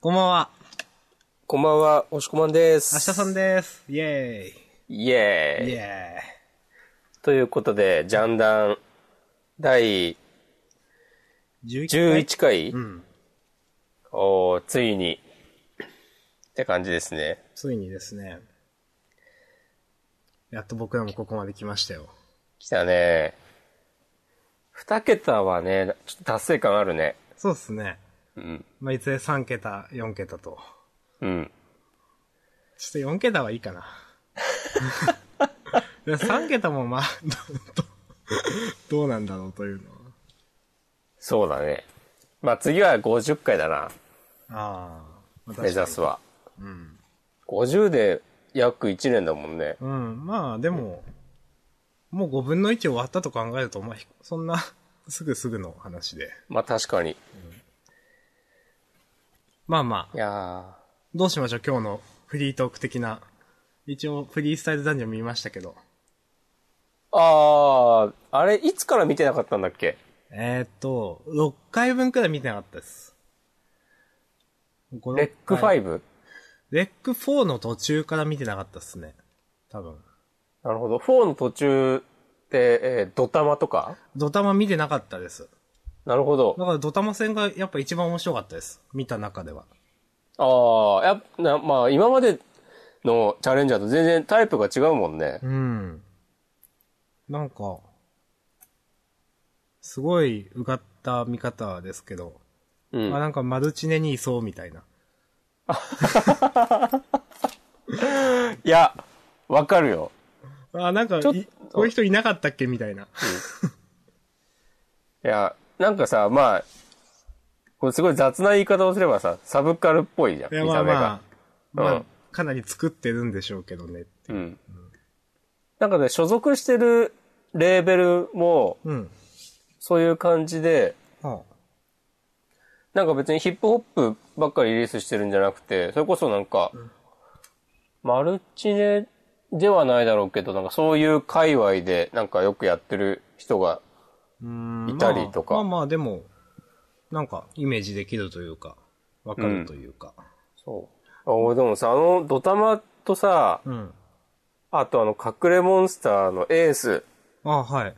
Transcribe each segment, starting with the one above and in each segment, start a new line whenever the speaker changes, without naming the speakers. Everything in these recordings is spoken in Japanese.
こんばんは。
こんばんは、おしこまんです。
明日さんです。イェ
イ
ーイ。イ
エーイ。
ェ
ということで、ジャンダン、第
ーイ。
11回、
うん。
おーついに、って感じですね。
ついにですね。やっと僕らもここまで来ましたよ。
来たね。二桁はね、ちょっと達成感あるね。
そうですね。
うん。
まあ、いずれ3桁、4桁と。
うん。
ちょっと4桁はいい かな。いや3桁もまあ、どどどうなんだろうというのは。
そうだね。まあ、次は50回だな、
ああ、まあ
目指す。は。
確かにうん。
50で約1年だもんね。
うん、まあでも、もう5分の1終わったと考えると、まあ、ひそんな、すぐすぐの話で。
まあ、確かに。
まあま
い
あ、
やー。
どうしましょう、今日のフリートーク的な。一応、フリースタイルダンジョン見ましたけど。
あー、あれ、いつから見てなかったんだっけ
えー、っと、6回分くらい見てなかったです。レ
レック 5?、
レック4の途中から見てなかったっすね。多分。
なるほど。4の途中で、えードタマとか
ドタマ見てなかったです。
なるほど
だ。からドタマ戦がやっぱ一番面白かったです。見た中では。
ああ、やっぱな、まあ、今までのチャレンジャーと全然タイプが違うもんね。
うん。なんか、すごいうがった見方ですけど、
うん
まあ。なんかマルチネにいそうみたいな。
いや、わかるよ。
あ、なんかい
ちょっ
こういう人いなかったっけみたいな。
いや、なんかさ、まあ、これすごい雑な言い方をすればさ、サブカルっぽいじゃん、
いや
見
ま
た
あ
目
ま
が。
あ、ま
う
あ
ん、
かなり作ってるんでしょうけどねって
う
いう。
ん。なんかね、所属してるレーベルも、
うん。
そういう感じで、
は
なんか別にヒップホップばっかりリリースしてるんじゃなくて、それこそなんか、マルチネではないだろうけど、なんかそういう界隈でなんかよくやってる人が、
あ、
いたりとか
まあ、まあまあでも、なんかイメージできるというか、わかるというか。
そう。あ俺でもさ、あのドタマとさ、
うん。
あとあの隠れモンスターのエース
あはい。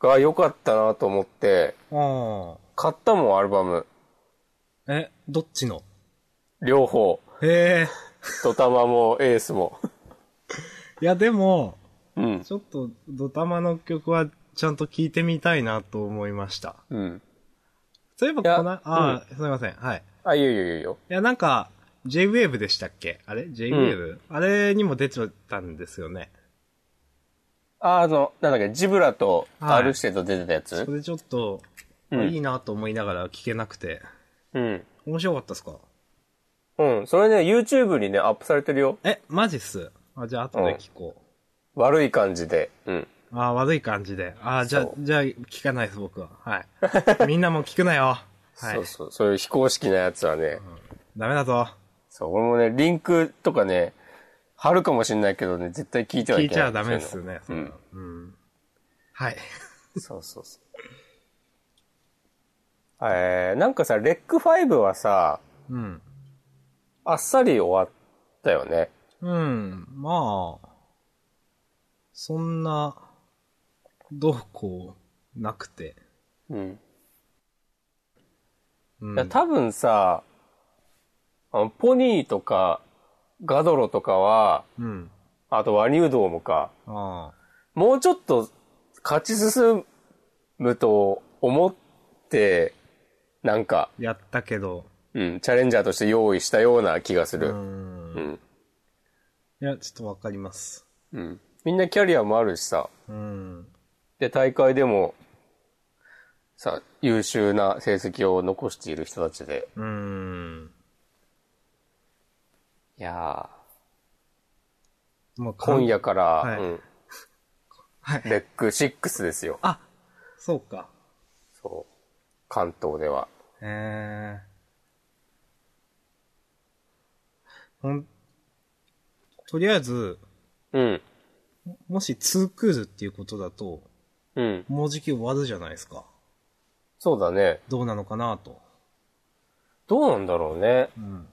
が良かったなと思って、
あ
買ったもん、アルバム。
あ。え、どっちの
両方。
へえ。
ドタマもエース も。
いやでも、
うん。
ちょっと、ドタマの曲はちゃんと聴いてみたいなと思いました。
うん。
そういえば
いや
この、ああー、すみません。はい。
あ、いいよいいよいいよ。
いや、なんか、J-Wave でしたっけあれ ?J-Wave?、あれにも出ちゃったんですよね。
あ、あの、なんだっけ、ジブラと
はい
アルシテと出てたやつ、
それちょっと、
うん
いいなと思いながら聴けなくて。
うん。
面白かったっすか
うん。それね、YouTube にね、アップされてるよ。
え、マジっすあ、じゃあ後で聞こ
悪い感じで。うん。
う。ああ、悪い感じで。ああ、じゃあ
そ、う
じゃあ聞かないです、僕は。はい。 みんなも聞くなよ。は
そう
い。
そう。そういう非公式なやつはね。
ダメだぞ。
そう、俺もね、リンクとかね、貼るかもしんないけどね、絶対聞いては
聞
い
い
け
ち
ない。
ゃダメですよね。
そういうの。
うん。はい。
うん。そうそうそう。えー、なんかさ、レック5はさ、
うん。
あっさり終わったよね。
うん、まあ、そんな、どうこう、なくて。
うん。
う
い
ん、
や、多分さ、あの、ポニーとか、ガドロとかは、
うん。
あとワニウドームか、
あ
もうちょっと勝ち進むと思って、なんか、
あ、やったけど、
うん、チャレンジャーとして用意したような気がす
う
る。
ん。
うん。
いや、ちょっとわかります。
うん。みんなキャリアもあるしさ、
うん。
で、大会でも、さ、優秀な成績を残している人たちで。
うん。
いや
もう
ー、今。夜から、
はい
うん、
はい。
レック6ですよ。
あ、そうか。
そう。関東では。
えー。ほん、とりあえず、
うん。
もし2クールっていうことだと、
うん。
もうじき終わるじゃないですか。
そうだね。
どうなのかなと。
どうなんだろうね。
うん。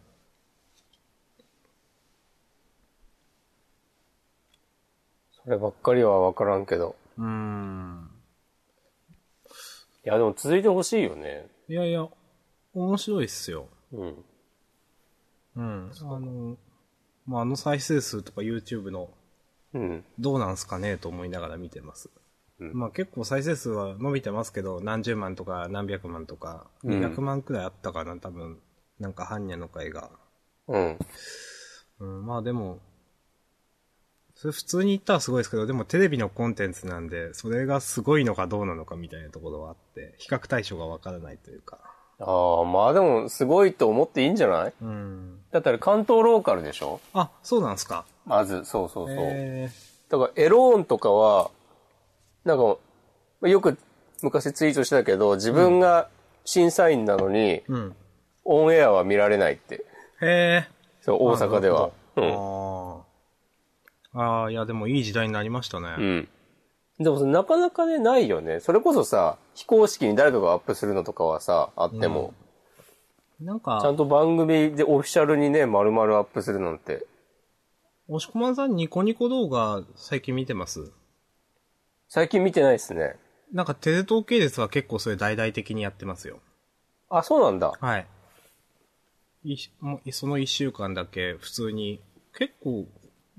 そればっかりはわからんけど。
うーん。
いや、でも続いてほしいよね。
いやいや、面白いっすよ。
うん。
うん。あの、まあ、あの再生数とか YouTube の
うん。
どうなんすかねと思いながら見てます。
うん
まあ結構再生数は伸びてますけど、何十万とか何百万とか、
うん
200万くらいあったかな、多分。なんか、般若の会が。
うん。
うん、まあでも、それ普通に言ったらすごいですけど、でもテレビのコンテンツなんで、それがすごいのかどうなのかみたいなところはあって、比較対象がわからないというか。
ああ、まあでも、すごいと思っていいんじゃない
うん。
だったら関東ローカルでしょ
あ、そうなんすか。
まず、そうそうそう。
え
だから、エローンとかは、なんか、まあよく昔ツイートしてたけど、自分が審査員なのに、
ー、うん。
オンエアは見られないって。
へえ。
そう、大阪では。
あ
う
なる
ん。
ほどあーあー、いやでもいい時代になりましたね。
うん。でもそれなかなかね、ないよね。それこそさ、非公式に誰かがアップするのとかはさ、あっても、
なん
ちゃ
か
ん、と番組でオフィシャルにね、丸々アップするなんて。
押し込まんさんニコニコ動画最近見てます
最近見てないっすね。
なんかテレ東系列は結構それ大々的にやってますよ。
あ、そうなんだ。
はい。いもうその一週間だけ普通に、結構、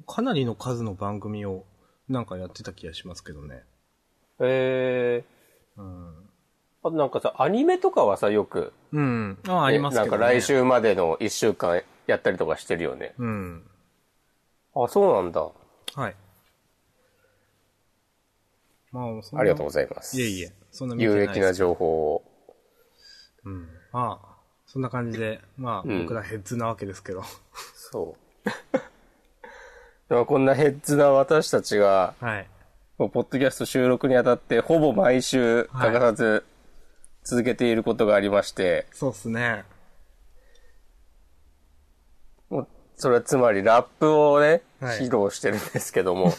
かなりの数の番組をなんかやってた気がしますけどね。
へえ。あとなんかさ、アニメとかはさ、よく。
うん。あありますけど、ね。
なんか来。週までの1週間やったりとかしてるよね。
うん。
あ、そうなんだ。
はい。まあ、そんな
ありがとうございます。
いえいえ、そんな見てな
有
い
益な
です。
情報を。
うん。まあ、そんな感じで、まあ、
うん
僕らヘッズなわけですけど。
そう。でもこんなヘッズな私たちが、
はい。
もうポッドキャスト収録にあたって、ほぼ毎週欠かさず続けていることがありまして、
そうっすね。
もうそれはつまりラップをね、
はい
披露してるんですけども、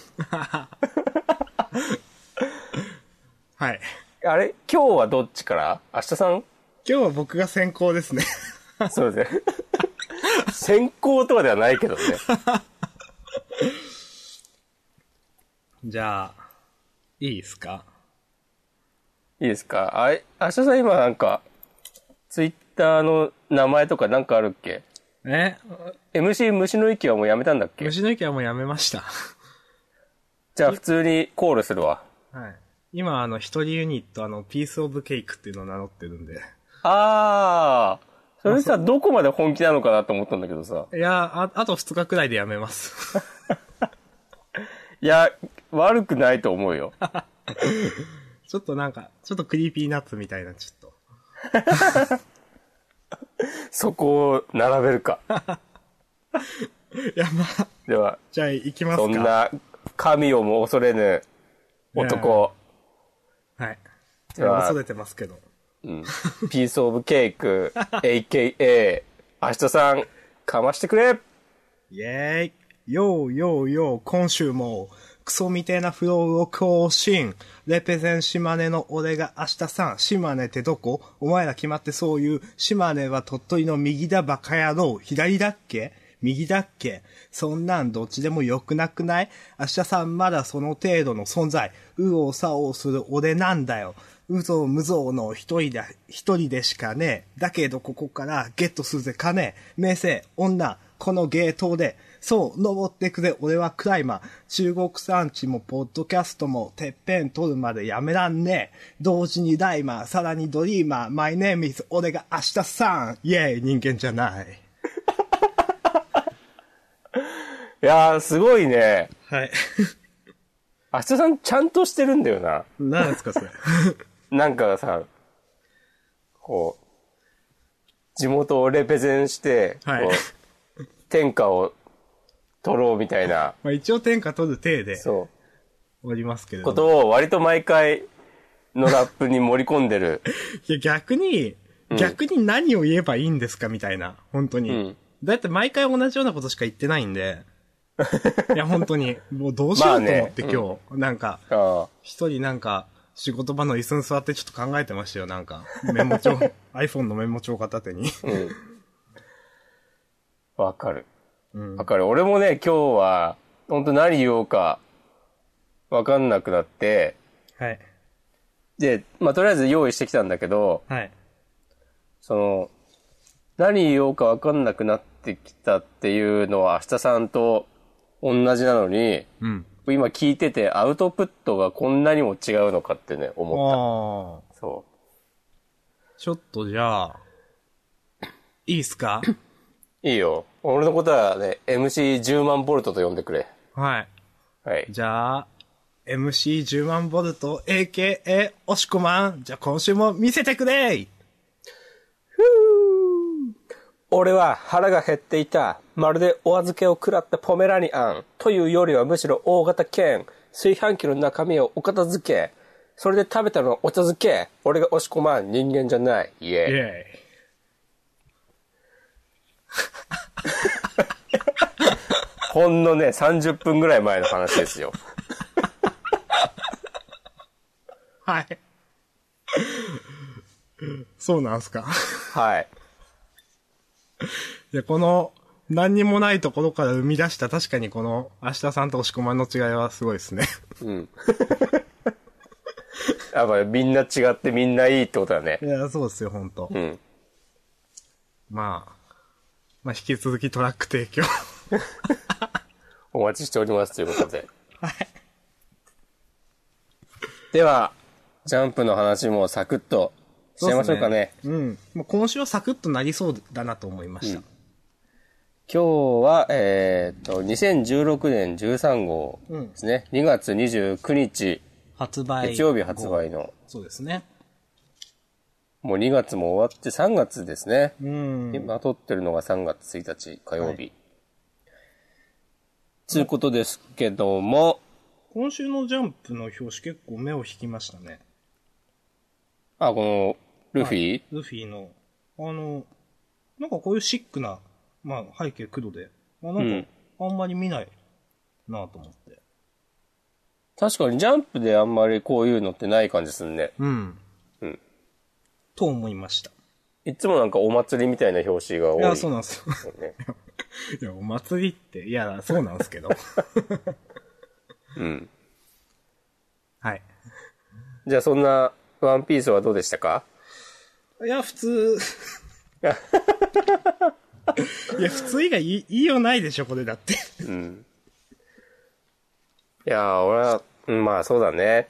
はい。
あれ今日はどっちから明日さん
今日は僕が先行ですね。
そうですね。先行とかではないけどね。
じゃあ、いいですか
いいですかあい、明日さん今なんか、ツイッターの名前とかなんかあるっけ
え
?MC 虫の息はもうやめたんだっけ
虫の意見はもうやめま した。
じゃあ普通にコールするわ。
はい。今、あの、一人ユニット、あの、ピースオブケイクっていうのを名乗ってるんで。
あー。それさ、どこまで本気なのかなと思ったんだけどさ。
いやあ、あと2日くらいでやめます。
いや、悪くないと思うよ。
ちょっとなんか、ちょっとクリーピーナッツみたいな、ちょっと。
そこを並べるか。
いや、まあ、
では、
じゃあ行きますか。
そん。な神をも恐れぬ男、
はい。い
じゃあ
や、恐れてますけど。
うん、ピースオブケイク、AKA、明日さん、かましてくれ
イェーイ。よーよーよー、今週も、クソみてえなフローを更新。レペゼン島根の俺が明日さん、島根ってどこお前ら決まってそういう、島根は鳥取の右だバカ野郎、左だっけ右だっけそんなんどっちでもよくなくない明日さんまだその程度の存在、右往左往する俺なんだよ。うぞうむぞうの一人だ、一人でしかねえ。だけどここからゲットするぜ金、名声、女、このゲートで、そう、登ってくぜ、俺はクライマー。中国産地もポッドキャストも、てっぺん取るまでやめらんねえ。同時にライマー、さらにドリーマー、マイネームイズ、俺が明日さん、イェーイ、人間じゃない。
いやー、すごいね。
はい。
明日さんちゃんとしてるんだよな。
何ですか、それ。
なんかさ、こう、地元をレペゼンして、
はい
こう天下を取ろうみたいな、
まあ一応天下取る体で
そ
おりますけれ
う、
ど
こ
も。
とを割と毎回のラップに盛り込ん でる。
いや、逆に、逆に何を言えばいいんですか、みたいな。本当に。
うん
だって毎回同じようなことしか言ってないん で。いや、本当に。もうどうし
ま
よ
あ
うと思
ね
って今日。なんか、
ああ
一人なんか、仕事場の椅子に座ってちょっと考えてましたよ、なん か。メモ帳、iPhone のメモ帳片手に。
うん。わかる。
うん
わ。かる。俺もね、今日は、本当何言おうか、わかんなくなって、
はい。
で、まあ、とりあえず用意してきたんだけど、
はい。
その、何言おうかわかんなくなってきたっていうのは、明日さんと同じなのに、
うん。
今聞いててアウトプットがこんなにも違うのかってね、思っ
ああ。
た。そ
ちょっとじゃあ、いいっす か
う。いいよ。俺のことはね、MC10 万ボルトと呼んでくれ。
はい。
はい。
じゃあ、MC10 万ボルト、AKA おしこまん。じゃあ今週も見せてくれい
俺は腹が減っていた。まるでお預けを食らったポメラニアン。というよりはむしろ大型犬。炊飯器の中身をお片付け。それで食べたのはお茶漬け。俺が押し込まん人間じゃない。イ
イェ
エ
ーイ。
ーイ。ほんのね、30分ぐらい前の話ですよ。
はい。 そうなんすか。
はい。
いや、この、何にもないところから生み出した、確かにこの、明日さんと押し込まんの違いはすごいですね。
うん。やっぱりみんな違ってみんないいってことだね
い。や、そうですよ、ほんと
う。ん。
まあ、まあ、引き続きトラック提供。
お待ちしておりますということで。 はい。では、ジャンプの話もサクッとしちゃいましょうかね。
うん。もう今週はサクッとなりそうだなと思いました。
今日は、えーっと、2016年13号ですね。2月29日、
発売。
日曜日発。売の、
そうですね。
もう2月も終わって3月ですね。
うん。
今撮ってるのが3月1日火曜日。つ、うことですけども、
今週のジャンプの表紙結構目を引きましたね。
あ、この、ルフィ、
ルフィの、あの、なんかこういうシックな、まあ背景黒で、まあ、なんか、あんまり見ないなと思って。
確かにジャンプであんまりこういうのってない感じするね。
うん。
うん
と思いました。
いつもなんかお祭りみたいな表紙が多
い
い。
や、そうなんですよ。
ね。
いや、お祭りって、いや、そうなんですけど。
うん。
はい。
じゃあそんな、ワンピースはどうでしたか
いや、普通。いや、普通以外いい言いようないでしょ、これだって。
うん。いやー、俺は、うんまあそうだね。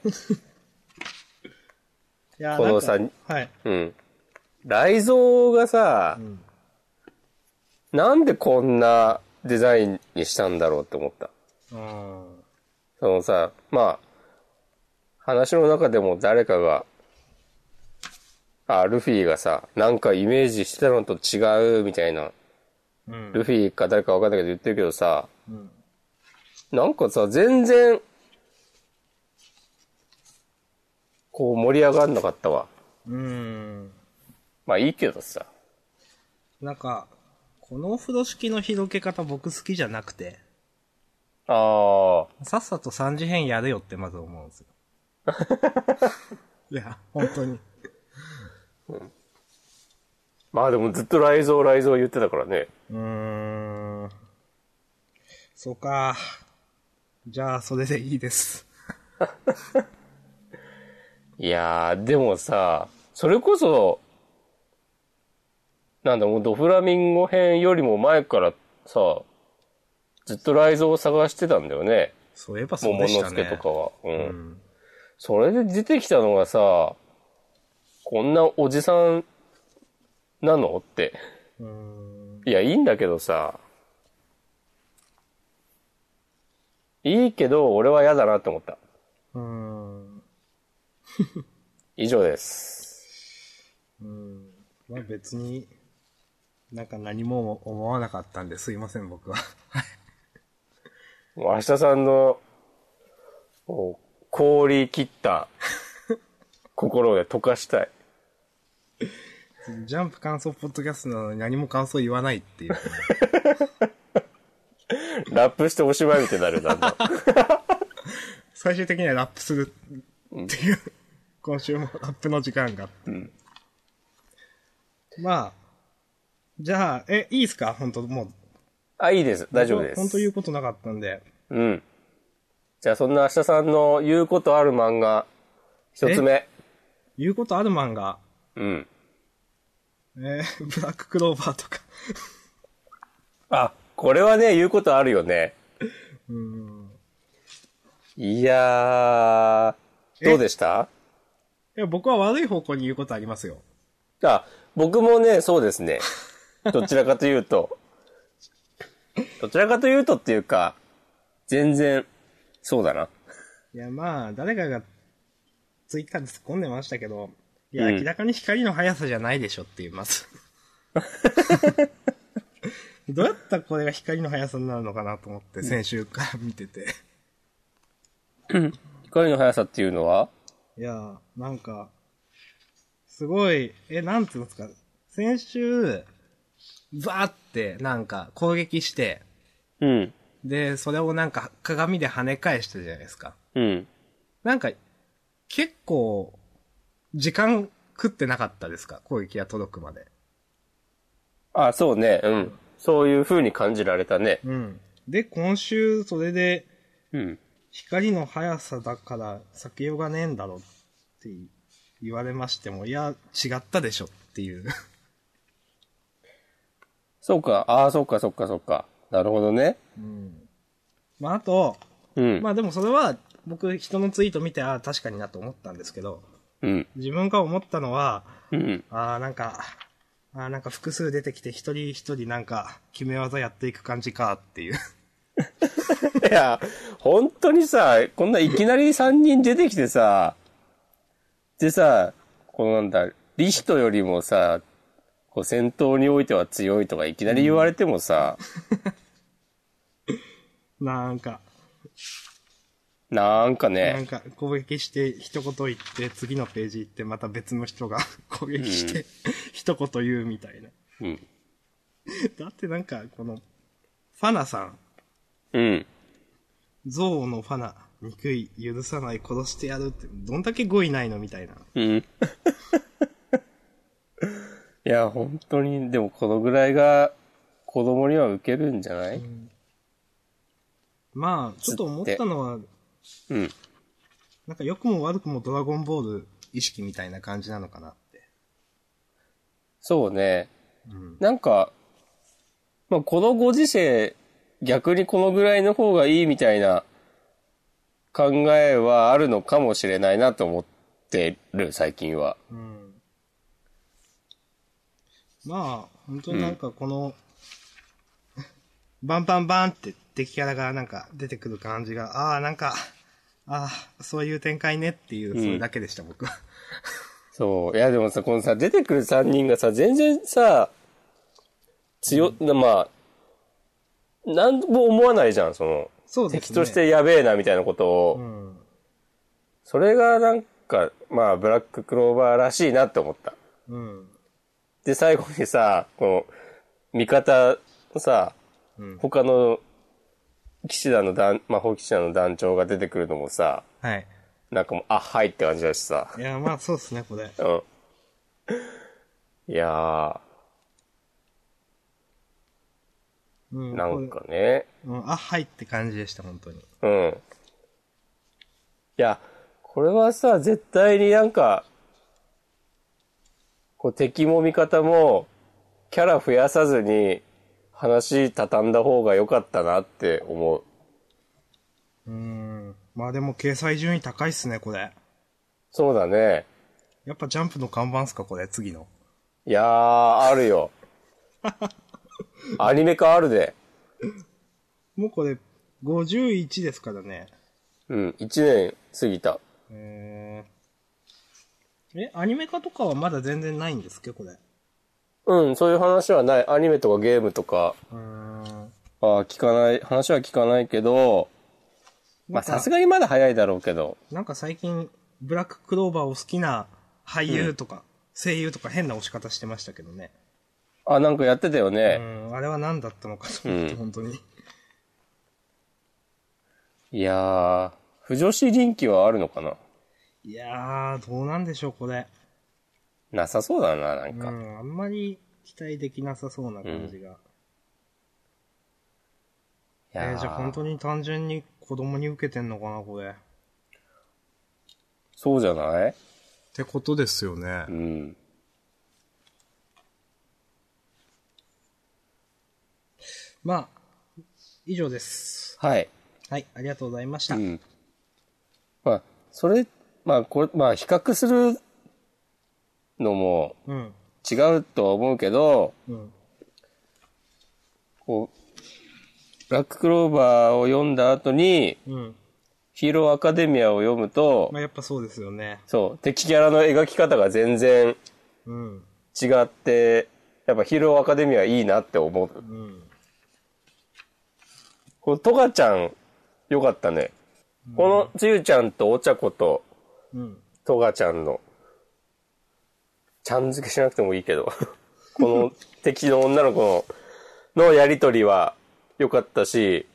いや、
このさ
なんかはい。
うん。雷蔵がさ、
ん
なんでこんなデザインにしたんだろうって思った。
うん。
そのさ、まあ、話の中でも誰かが、あ、ルフィがさ、なんかイメージしてたのと違うみたいな、
うん。
ルフィか誰かわかんないけど言ってるけどさ、
ん
なんかさ、全然、こう盛り上がんなかったわ。
うん。
まあいいけどさ。
なんか、この風呂敷の広げ方僕好きじゃなくて、
ああ、
さっさと三次編やれよってまず思うんですよ。いや、本当に。
まあでもずっと雷蔵雷蔵言ってたからね。
うーん。そうか。じゃあ、それでいいです。
いやー、でもさ、それこそ、なんだ、もうドフラミンゴ編よりも前からさ、ずっと雷蔵を探してたんだよね。
そういえばそう
桃
でし
之
た
助と
ね
か。は。うん。
ん
それで出てきたのがさ、こんなおじさんなのって。
うーん。
いや、いいんだけどさ、いいけど、俺は嫌だなって思った。
うーん。
以上です。
うん。まあ別に、なんか何も思わなかったんですいません、僕は。
もう明日さんの、こう氷切った 心で溶かしたい。
ジャンプ感想ポッドキャストなのに何も感想言わないっていう。
ラップしてお しまいみたいになるだんだん。
最終的にはラップするっていう。今週もアップの時間が。
うん。
まあ、じゃあ、え、いいっすか本当もう。
あ、いいです。大丈夫です。
本当言うことなかったんで。
うん。じゃあそんな明日さんの言うことある漫画、一つ目。
言うことある漫画。
うん。
えー ブラッククローバーとか。
あ、これはね、言うことある よね。いやー、どうでした
いや、僕は悪い方向に言うことありますよ。
あ、僕もね、そうですね。どちらかというと。どちらかというとっていうか、全然、そうだな。
いや、まあ、誰かが、ツイッターで突っ込んでましたけど、いや、
うん
明らかに光の速さじゃないでしょって言い ます。どうやったらこれが光の速さになるのかなと思って、先週から見てて。
光の速さっていうのはい
や、なんか、すごい、え、なんつうんですか、先週、バーって、なんか、攻撃して、
うん。
で、それをなんか、鏡で跳ね返したじゃないですか。
うん。
なんか、結構、時間食ってなかったですか攻撃が届くまで。
あ、そうね。うん。そういう風に感じられたね。
うん。で、今週、それで、
うん。
光の速さだから避けようがねえんだろって言われましても、いや、違ったでしょっていう。
そうか。ああ、そうか、そうか、そうか。なるほどね。
まあ、あと、
うん。
まあでもそれは、僕、人のツイート見て、ああ、確かになと思ったんですけど、
うん。
自分が思ったのは、
うん。
ああ、なんか、ああ、なんか複数出てきて、一人一人なんか、決め技やっていく感じかっていう。
いや、本当にさ、こんないきなり3人出てきてさ、でさ、このなんだ、リヒトよりもさ、こう戦闘においては強いとかいきなり言われてもさ、
なんか、
なんか
なん
ね、
か攻撃して一言言って、次のページ行って、また別の人が 攻撃して、一言言うみたいな。
うん。
だってなんか、この、ファナさん、
うん。
憎悪のファナ、憎い、許さない、殺してやるって、どんだけ語彙ないのみたいな。
うん。いや、本当に、でもこのぐらいが子供には受けるんじゃない
まあ、ちょっと思ったのは、
うん。
なんか良くも悪くもドラゴンボール意識みたいな感じなのかなって。
そうね。
うん。
なんか、まあ、このご時世、逆にこのぐらいの方がいいみたいな考えはあるのかもしれないなと思ってる、最近は。
うん。まあ、本当になんかこの、 バンバンバンって敵キャラがなんか出てくる感じが、ああ、なんか、ああ、そういう展開ねっていう、
ん
それだけでした、僕は。
そう。いや、でもさ、このさ、出てくる3人がさ、全然さ、強、なまあ、なんも思わないじゃん、その、
そうですね。
敵としてやべえなみたいなことを。
うん。
それがなんか、まあ、ブラッククローバーらしいなって思った。
うん。
で、最後にさ、この、味方のさ、
うん
他の、騎士団の団、魔法騎士団の団長が出てくるのもさ、
はい。
なんかもう、あ、はいって感じだしさ。
いや、まあそうですね、これ。
うん。いや
うん。
ー、なん
こ
かね、
れ。うん、あ、はいって感じでした、本当に。
うん。いや、これはさ、絶対になんか、こう敵も味方も、キャラ増やさずに、話畳んだ方が良かったなって思
う
う。
ん。まあでも、掲載順位高いっすね、これ。
そうだね。
やっぱジャンプの看板っすか、これ、次の。
いやー、あるよ。アニメ化あるで。
もうこれ、51ですからね。
うん、1年過ぎた。
えー、え、アニメ化とかはまだ全然ないんですけど、これ。
うん、そういう話はない。アニメとかゲームとか、
うーん。
あー聞かない、話は聞かないけど、まあさす
が
がにまだ早いだろうけど。
なんか最近、ブラッククローバーを好きな俳優とか、声優とか変な押し方してましたけどね。
あ、なんかやってたよ
う
ね。
ん、あれは何だったのかと思って、
うん
本当に。
いやー、不女子人気はあるのかない
いやー、どうなんでしょう、これ。
なさそうだな、なん
う
か。
ん、あんまり期待できなさそうな感じが。
いや
え
ー
ーじゃあ本当に単純に子供に受けてんのかな、これ。っ
そうじゃない
てことですよね
う。ん。
まあ、以上です。
はい。
はい、ありがとうございました。
うん。まあ、それ、まあ、これ、まあ、比較するのも
うん。
違うとは思うけど、
うん。
こう、ブラッククローバーを読んだ後に、
うん。
ヒーローアカデミアを読むと
まあ、、やっぱそうですよね。
そう、敵キャラの描き方が全然
うん。
違って、やっぱヒーローアカデミアいいなって思う。
うん。
このトガちゃん、よかったね。この、つゆちゃんとお茶子と、
うん。
トガちゃんの、ちゃん付けしなくてもいいけど、 この敵の女の子の、のやりとりは良かったし、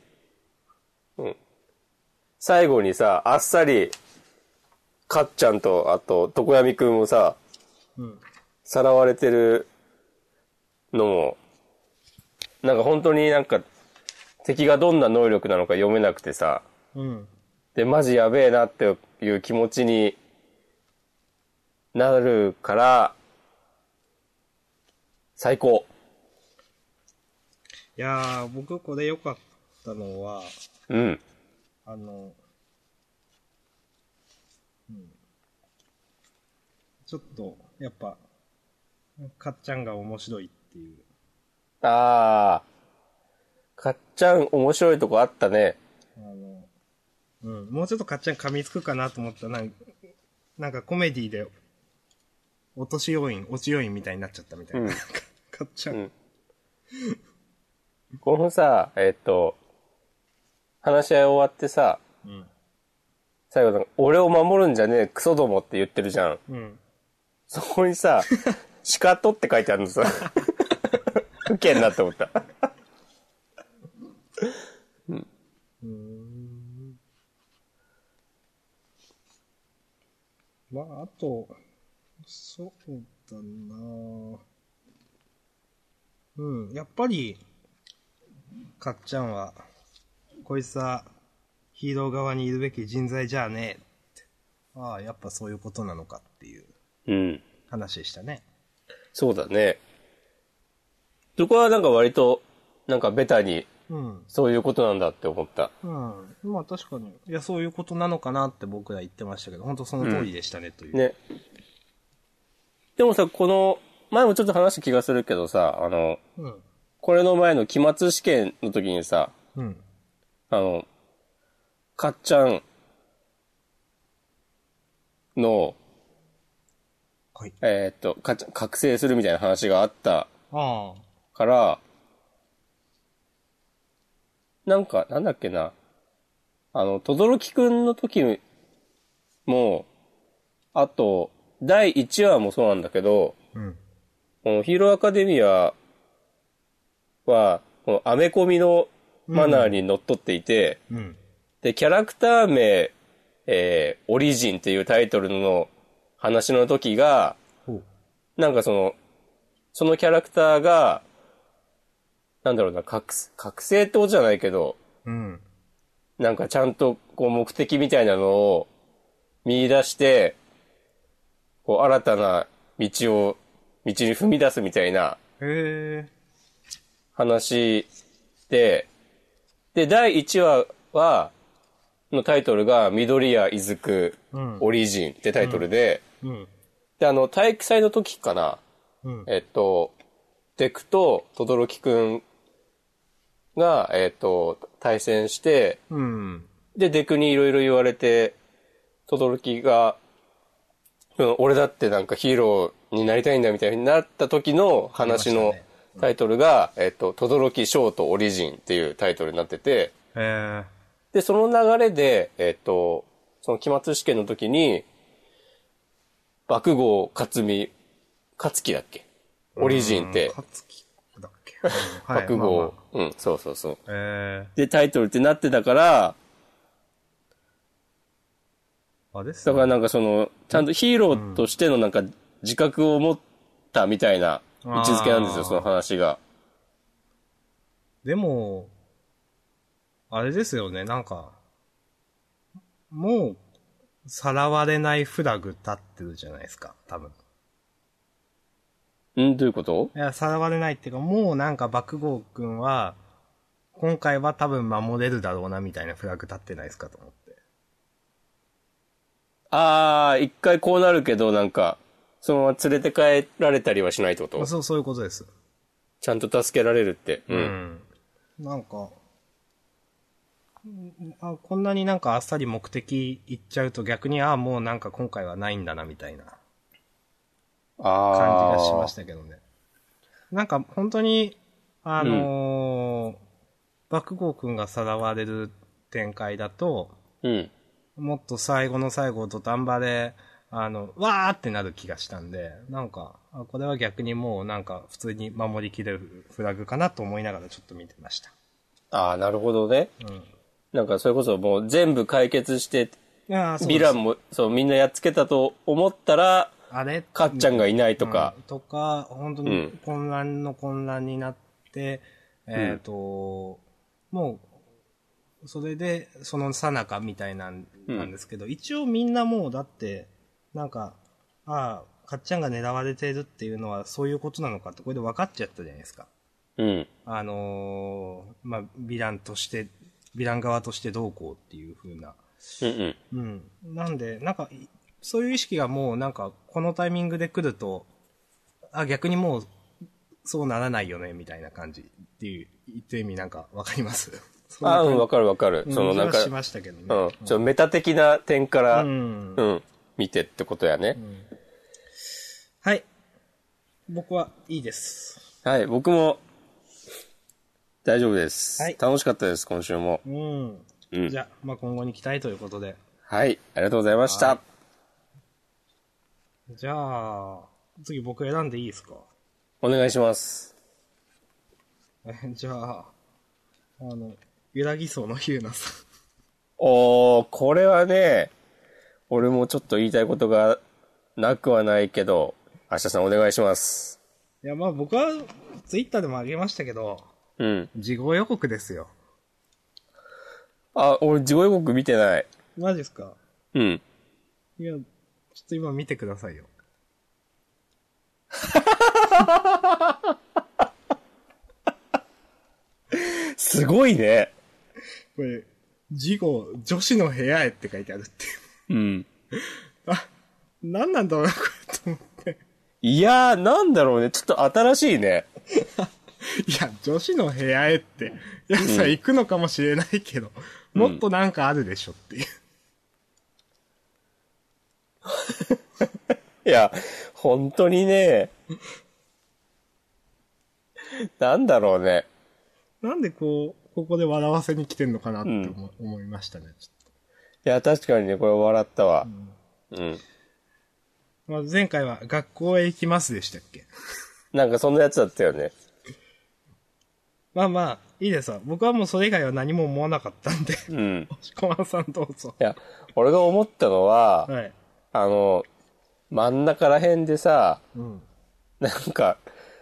うん。最後にさ、あっさり、かっちゃんと、あと、とこやみくんをさ、
うん。
さらわれてるのも、なんか本当になんか、敵がどんな能力なのか読めなくてさ、
うん。
で、マジやべえなっていう気持ちになるから、最高。
いやー、僕これ良かったのは、
うん。
あの、うん、ちょっと、やっぱ、かっちゃんが面白いっていう。
あー。かっちゃん面白いとこあったね。
あの、うん、もうちょっとかっちゃん噛みつくかなと思ったら、なんかなんかコメディで、落とし要因、落ち要因みたいになっちゃったみたいな。
うん
かっちゃ
うん
ん。
このさ、えっと、話し合い終わってさ、
うん。
最後なんか、俺を守るんじゃねえ、クソどもって言ってるじゃん。
うん。
そこ にさ、シカトって書いてあるのさ。ウケんなって思った。
まあ、あと、そうだなぁうん、やっぱり、かっちゃんは、こいつは、ヒーロー側にいるべき人材じゃあねえって。ああ、やっぱそういうことなのかっていう
うん。
話でしたね。
そうだね。そこはなんか割と、なんかベタに、
うん。
そういうことなんだって思った。
うん。まあ確かに。いや、そういうことなのかなって僕ら言ってましたけど、本当その通りでしたね、という。
ね。でもさ、この、前もちょっと話した気がするけどさ、あの、
うん。
これの前の期末試験の時にさ、
うん。
あの、かっちゃんの、
はい。
えーっと、かっちゃん覚醒するみたいな話があった
ああ。
から、なんか、なんだっけな。あの、とどろきくんの時も、あと、第1話もそうなんだけど、
うん。
このヒーローアカデミアは、このアメコミのマナーにのっとっていて、
うん。
で、キャラクター名、えー、オリジンっていうタイトルの話の時が、
ほう。
なんかその、そのキャラクターが、なんだろうな、覚醒覚醒ってことじゃないけど、
うん。
なんかちゃんとこう目的みたいなのを見出して、こう新たな道を、道に踏み出すみたいな
へえ。
話で、で、第1話は、のタイトルが、緑屋いずく
うん
オリジンってタイトルで、
うん。
で、あの、体育祭の時かな、
うん。
えっと、デクと轟くんが、えっと、対戦して、
うん。
で、デクにいろいろ言われて、轟が、うん俺だってなんかヒーローになりたいんだみたいになった時の話
あり
の
ましたね
タイトルが、えっと、轟ショートオリジンっていうタイトルになってて、
へえ。
で、その流れで、えっと、その期末試験の時に、爆豪克美、克樹だっけオリジンって、
勝木だっけうんはい
覚悟、
まあまあ
うん、そうそうそう。
え
で、タイトルってなってたから、
あれっす
だ
ね
からなんかその、ちゃんとヒーローとしてのなんか自覚を持ったみたいな位置づけなんです
あ
よ、
ー
その話が。
でも、あれですよね、なんか、もう、さらわれないフラグ立ってるじゃないですか、多分。
んどういうこと
いや、さらわれないっていうか、もうなんか、爆豪くんは、今回は多分守れるだろうな、みたいなフラグ立ってないですかと思って。
ああ、一回こうなるけど、なんか、そのまま連れて帰られたりはしないってこと
そう、そういうことです。
ちゃんと助けられるって。う。
うんん。なんか、うんあこんなになんかあっさり目的いっちゃうと逆に、ああ、もうなんか今回はないんだな、みたいな。
ああ。
感じがしましたけどね。なんか本当に、あのー爆豪くんがさらわれる展開だと、
うん。
もっと最後の最後土壇場で、あの、わーってなる気がしたんで、なんか、あこれは逆にもうなんか普通に守りきれるフラグかなと思いながらちょっと見てました。
ああ、なるほどね。
うん。
なんかそれこそもう全部解決して、
いやーそう
ヴィ
で
ラ
す。
ンも、そう、みんなやっつけたと思ったら、
あれ
かっちゃんがいないとか
うん、とか、本当
う
に
ん
混乱の混乱になって、えっ、と、もう、それで、その最中みたいなん
うん
なんですけど、一応みんなもうだって、なんか、ああ、かっちゃんが狙われてるっていうのはそういうことなのかって、これで分かっちゃったじゃないですか。
うん。
あのーまあ、ヴィランとして、ヴィラン側としてどうこうっていう風な。
うんうん。
うん。なんで、なんか、いそういう意識がもうなんか、このタイミングで来ると、あ、逆にもう、そうならないよね、みたいな感じっていう、言って意味なんかわかります そんな
ああ、
感
う
じ
ん、わかるわかる。
うん
そのなんか、
気はし
うん。
ましたけどね。
ちょっとメタ的な点から、
う
うん、
ん
見てってことやね。
はい。僕はいいです。
はい、僕も、大丈夫です。
はい
楽しかったです、今週も。
うん。
うん
じゃあ、まあ、今後に期待ということで。
はい、ありがとうございました。
じゃあ、次僕選んでいいですか
お願いします。
えじゃあ、あの、揺らぎそうのヒューナさん。
おー、これはね、俺もちょっと言いたいことがなくはないけど、明日さんお願いします。
いや、まあ僕は、ツイッターでもあげましたけど、
うん。
事後予告ですよ。
あ、俺、地獄予告見てない。
マジっすか
うん。
いや、ちょっと今見てくださいよ。
すごいね。
これ、事後、女子の部屋へって書いてある っていう。
うん。
あ、何なんだろうな、これ、と思って。
いやー、なんだろうね。ちょっと新しいね。
いや、女子の部屋へって、いやさ、行くのかもしれないけど、もっとなんかあるでしょっていう。
いや、本当にね。なんだろうね。
なんでこう、ここで笑わせに来てんのかなって思,、思いましたね。ちょっ
いや、確かにね、これ笑ったわ。うん。
とまあ、前回は、学校へ行きますでしたっけ
なんかそんなやつだったよね。
まあまあ、いいですわ。僕はもうそれ以外は何も思わなかったんで。
うん。
しこまさんどうぞ。
いや、俺が思ったのは、
はい。
あの、真ん中ら辺でさ、
うん。
なんか、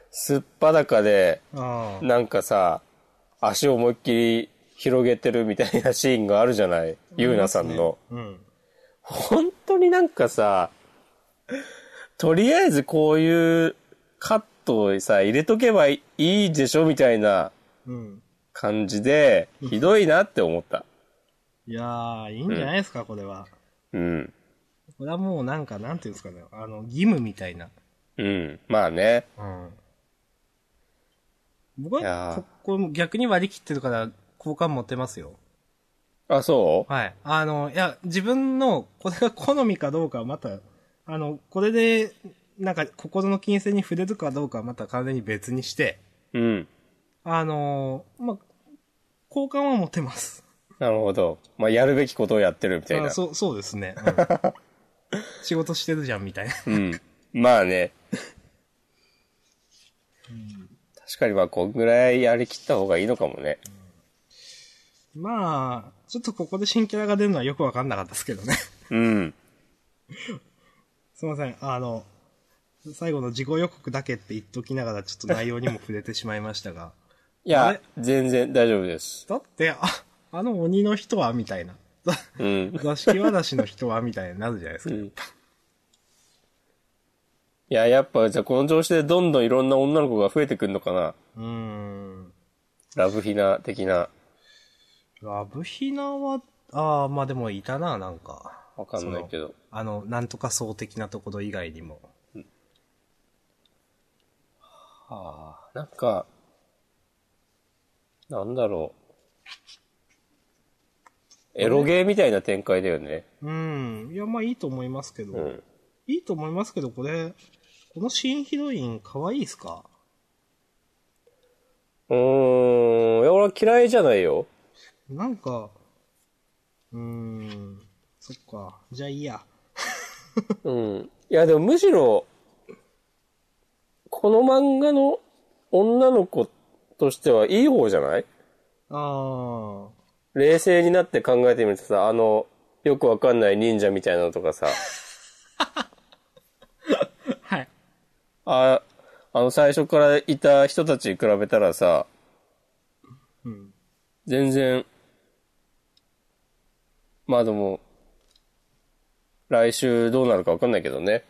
すっぱだかで、
ああ。
なんかさ、足を思いっきり広げてるみたいなシーンがあるじゃないゆうなさんの。
うん。
本当になんかさ、とりあえずこういうカットをさ、入れとけばいいでしょみたいな
うん。
感じで、ひどいなって思った。
いやー、いいんじゃないですか、これは。
うん。
これはもうなんか、なんていうんですかね。あの、義務みたいな。
うん。まあね。
うん。僕
いや
は
ー
こ、これ逆に割り切ってるから、好感持ってますよ。
あ、そう
はい。あの、いや、自分の、これが好みかどうかはまた、あの、これで、なんか、心の金銭に触れるかどうかはまた完全に別にして、
うん。
あのーまあ、好感は持てます。
なるほど。まあ、やるべきことをやってるみたい
あ
な。
そう、そうですね。うん 仕事してるじゃん、みたいな。
うん。まあね。確かにまあ、こんぐらいやりきった方がいいのかもね。
まあ、ちょっとここで新キャラが出るのはよくわかんなかったですけどね。
うん。
すいません、あの、最後の事後予告だけって言っときながら、ちょっと内容にも触れてしまいましたが。
い
あ
や
れ、
全然大丈夫です。
だって、あ、あの鬼の人はみたいな。
うん。
座敷わらしの人はみたいになるじゃないです
う
か。
ん。いや、やっぱ、じゃあこの調子でどんどんいろんな女の子が増えてくんのかな。
うーん。
ラブヒナ的な。
ラブヒナは、ああ、まあでもいたな、なんか。
わかんないけど。
あの、なんとか層的なところ以外にも。
ああ、なんか、なんだろう。エロゲーみたいな展開だよね。
うん。いや、まあいいと思いますけど。
うん。
いいと思いますけど、これ、この新ヒロイン可愛いっすか
うーん。いや、俺は嫌いじゃないよ。
なんか、うーん、そっか。じゃあいいや。
うん。いや、でもむしろ、この漫画の女の子としてはいい方じゃない
あー。
冷静になって考えてみるとさ、あの、よくわかんない忍者みたいなのとかさ、
はい。
あ、あの最初からいた人たちに比べたらさ、
うん。
全然、まあでも、来週どうなるかわかんないけどね。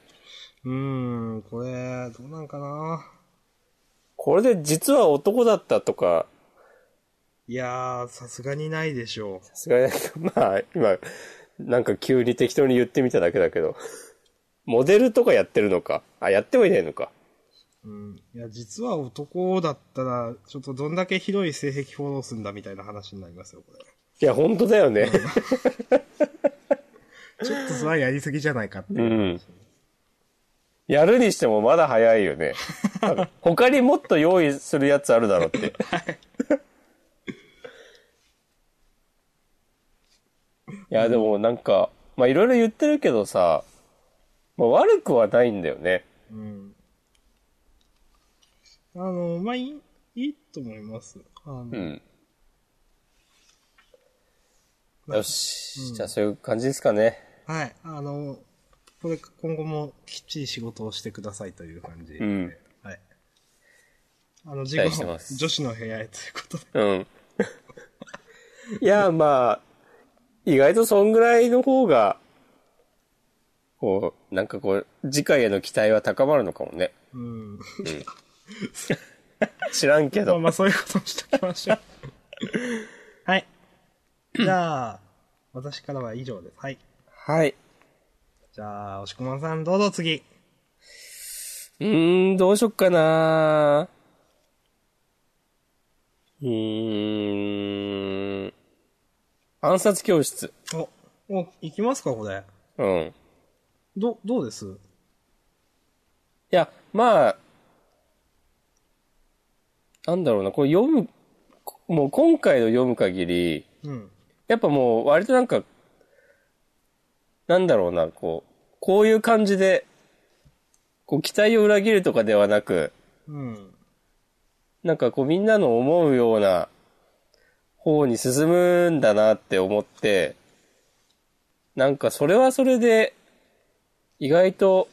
うーん、これ、どうなんかな。
これで実は男だったとか、
いやー、さすがにないでしょ
さすがになんか、 まあ、今、なんか急に適当に言ってみただけだけど。モデルとかやってるのか。あ、やってはいないのか。
う。うん。いや、実は男だったら、ちょっとどんだけひどい性癖フォローすんだみたいな話になりますよ、これ。
いや、本当だよね。
ちょっとそれはやりすぎじゃないかっていうう。
ん。やるにしてもまだ早いよ ね。他にもっと用意するやつあるだろうって。いや、でもなんか、まあ、いろいろ言ってるけどさ、まあ、悪くはないんだよね。
うん。あの、まあ、いい、いいと思います。あの、
うん。よし。じゃあそういう感じですかね。
はい。あの、これ今後もきっちり仕事をしてくださいという感じで。
うん
はい。あの、
期
事
待してま
後、
す
女子の部屋へということで。
うん。 いや、まあ、意外とそんぐらいの方が、こう、なんかこう、次回への期待は高まるのかもね。
うん。
知らんけ
まあ
ど。
まあそういうことにしときましょう。はい。じゃあ、私からは以上です。はい。
はい。
じゃあ、押し込まんさんどうぞ次。
うーん、どうしよっかなうーん。暗殺教室。
お、お、行きますかこれ。
うん。
ど、どうです
いや、まあ、なんだろうな、これ読む、こもう今回の読む限り、
うん。
やっぱもう割となんか、なんだろうな、こう、こういう感じで、こう期待を裏切るとかではなく、
うん。
なんかこうみんなの思うような方に進むんだなって思って、なんかそれはそれで意外と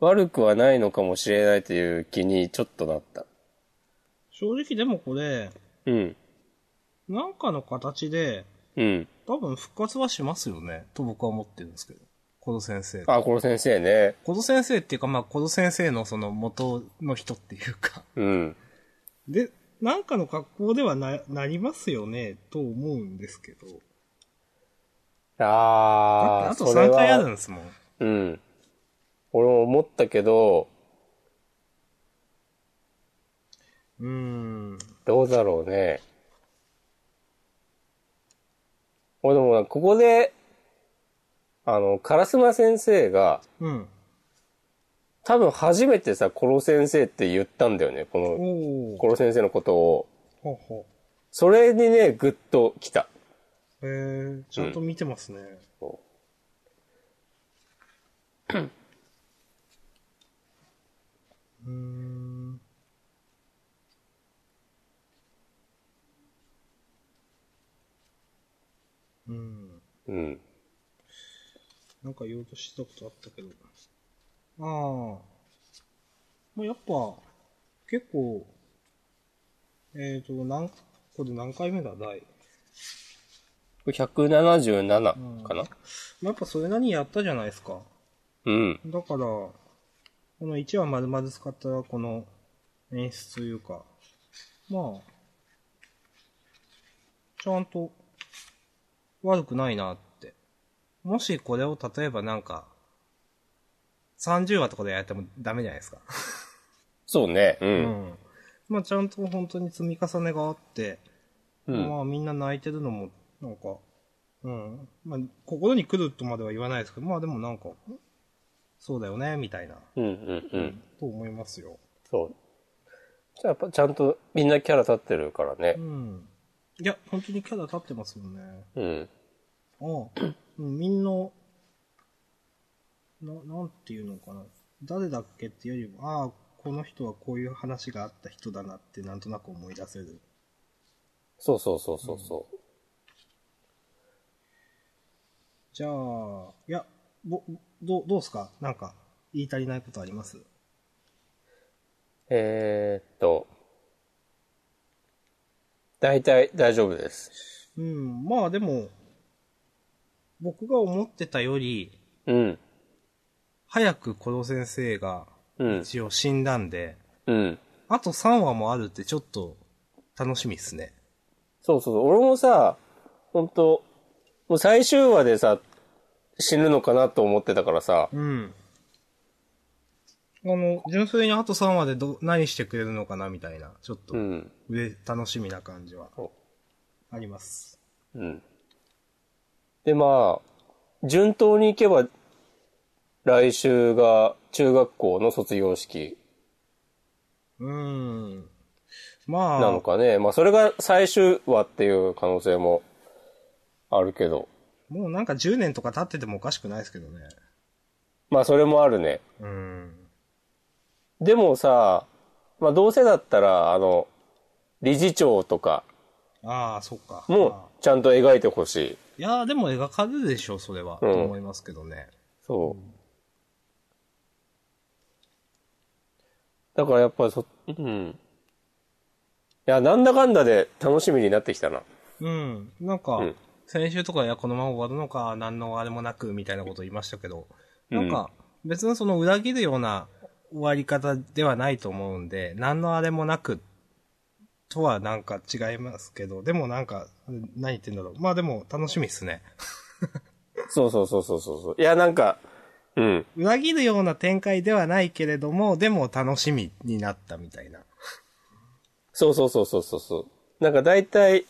悪くはないのかもしれないという気にちょっとなった。
正直でもこれ、
うん。
なんかの形で、
うん。
多分復活はしますよね、と僕は思ってるんですけど。コド先生。
あ、この先生ね。
コド先生っていうか、まあ、コド先生のその元の人っていうか。
うん。
で、なんかの格好ではな、なりますよね、と思うんですけど。
あ
だ
あ、
ってあと
それ
3
は
回あるんですもん。
うん。俺も思ったけど、
うーん。
どうだろうね。俺でもな、ここで、あの、烏丸先生が、
うん。
多分初めてさ、コロ先生って言ったんだよね、この、
お
コ
ー。
ロ先生のことを。
ほうほ
それにね、ぐっと来た。
う。へー、ちゃんと見てますね。うーん。うん。
うん。
なんか言おうとしたことあったけど。ああ。まあ、やっぱ、結構、えっ、ー、と、なん、これ何回目だ、第。
これ177かな、
まあ、やっぱそれなりにやったじゃないですか。
うん。
だから、この1話丸々使ったら、この演出というか、まあ、ちゃんと悪くないなって。もしこれを例えばなんか、30話とかでやってもダメじゃないですか。
そうね。う。
うんん。まあちゃんと本当に積み重ねがあって、
うん。
まあみんな泣いてるのも、なんか、うん。まあ心に来るとまでは言わないですけど、まあでもなんか、そうだよね、みたいな。
うんうんうん。
と思いますよ。
そう。じゃあやっぱちゃんとみんなキャラ立ってるからね
う。ん。いや、本当にキャラ立ってますよね。
うん。
ああ。うん、みんな、な、なんていうのかな。誰だっけっていうよりも、ああ、この人はこういう話があった人だなってなんとなく思い出せる。
そうそうそうそうそ
じゃあ、いや、ぼ、どう、どうすかなんか、言い足りないことあります
う。えー、っと。大体大丈夫です。
うん、まあでも、僕が思ってたより、
うん。
早くこの先生が
うん。
一応死んだんで、
うん。
あと3話もあるってちょっと楽しみっすね。
そうそうそう。俺もさ、本当もう最終話でさ、死ぬのかなと思ってたからさ。
うん。あの、純粋にあと3話でど、何してくれるのかなみたいな、ちょっと、
うん。
うれ、楽しみな感じは
そ
あります。
ううん。で、まあ、順当に行けば、来週が中学校の卒業式
うーん。まあ、
なのかね。まあ、それが最終話っていう可能性もあるけど。
もうなんか10年とか経っててもおかしくないですけどね。
まあ、それもあるね。
うん。
でもさ、まあ、どうせだったら、あの、理事長とか
ああ、そっか。
もちゃんと描いてほし
い
い。
やーでも描かれるでしょ、それは。
うん
と思いますけどね。
そう。だからやっぱりそ、うん。いや、なんだかんだで楽しみになってきたな。
うん。なんか、
うん
先週とか、いや、このまま終わるのか、何のあれもなく、みたいなこと言いましたけど、なんか、別にその裏切るような終わり方ではないと思うんで、何のあれもなく、とはなんか違いますけど、でもなんか、何言ってんだろう。まあでも、楽しみっすね。
そうそうそうそうそうそう。いや、なんか、うん。
裏切るような展開ではないけれども、でも楽しみになったみたいな。
そうそうそうそうそうそう。なんか大体、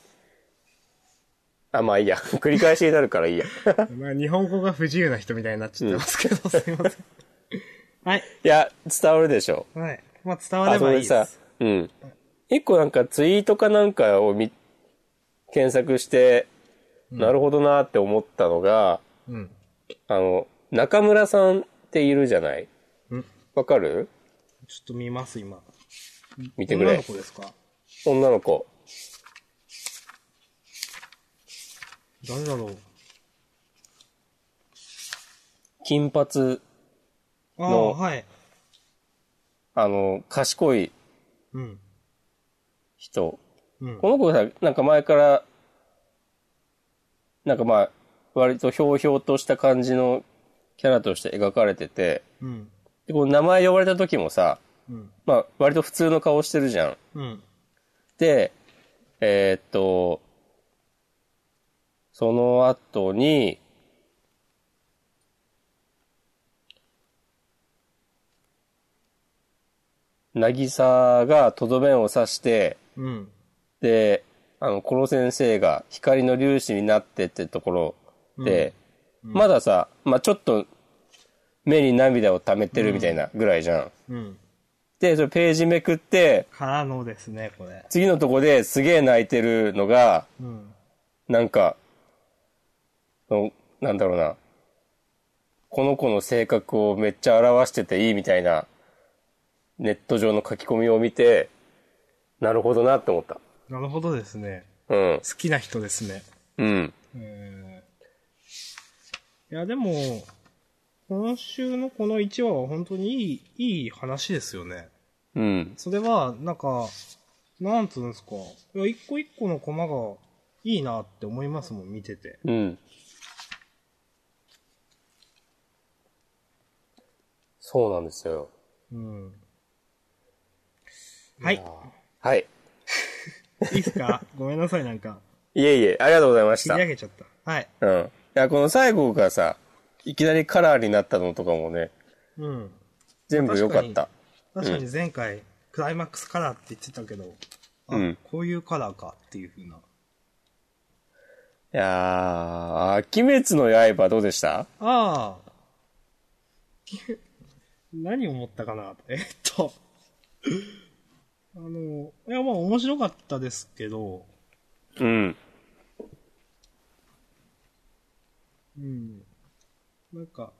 あ、まあいいや。 繰り返しになるからいいや。
まあ、日本語が不自由な人みたいになっちゃってますけど、すいません。はい。
いや、伝わるでしょ。
はい。まあ、伝われ
そ
ばいい
れ
で。
ですさ、うん。一個なんかツイートかなんかを見、検索して、なるほどなって思ったのが、
うん。
あの、中村さんっているじゃない
うん
わかる
ちょっと見ます、今。
見てく
女の
れ。
子ですか
女の子。
誰だろう。
金髪、
ああ、
の
はい。
あの、賢い
うん。
人。
うん。
この子さ、なんか前から、なんかまあ、割とひょうひょうとした感じのキャラとして描かれてて、
うん。
で、この名前呼ばれた時もさ、
うん。
まあ、割と普通の顔してるじゃん。
うん。
で、えーっと、その後に、なぎさがとどめを刺して、
うん。
で、あの、この先生が光の粒子になってってところで、まださ、まあ、ちょっと目に涙を溜めてるみたいなぐらいじゃん。
うん。
で、それページめくって、
からのですね、これ。
次のとこですげえ泣いてるのが、
うん。
なんか、のなんだろうな。この子の性格をめっちゃ表してていいみたいな、ネット上の書き込みを見て、なるほどなって思った。
なるほどですね。
うん。
好きな人ですね。
うん。
えーいや、でも、今週のこの1話は本当にいい、いい話ですよね。
うん。
それは、なんか、なんつうんですか。いや、一個一個のコマがいいなって思いますもん、見てて。
うん。そうなんですよ。
うん。はい。
はい。
いいっすかごめんなさい、なんか。
いえいえ、ありがとうございまし
切
た。
り上げちゃった。はい。
うん。いや、この最後がさ、いきなりカラーになったのとかもね、
うん。
全部良かった。
確かに前回、クライマックスカラーって言ってたけど、あ、
うん
こういうカラーかっていう風な。
いやー、鬼滅の刃どうでした
ああ。 何思ったかなえっと。あの、いや、まあ面白かったですけど、
うん。
うん。なんか、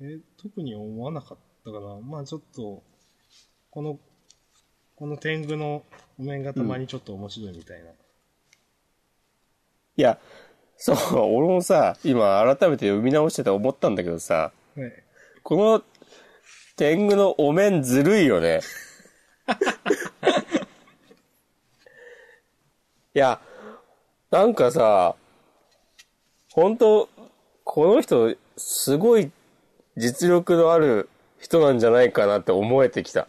え、特に思わなかったかな。まあちょっと、この、この天狗のお面がたまにちょっと面白いみたいな。
いや、そう、俺もさ、今改めて読み直してて思ったんだけどさ、
はい。
この、天狗のお面ずるいよね。いや、なんかさ、本当この人、すごい実力のある人なんじゃないかなって思えてきた。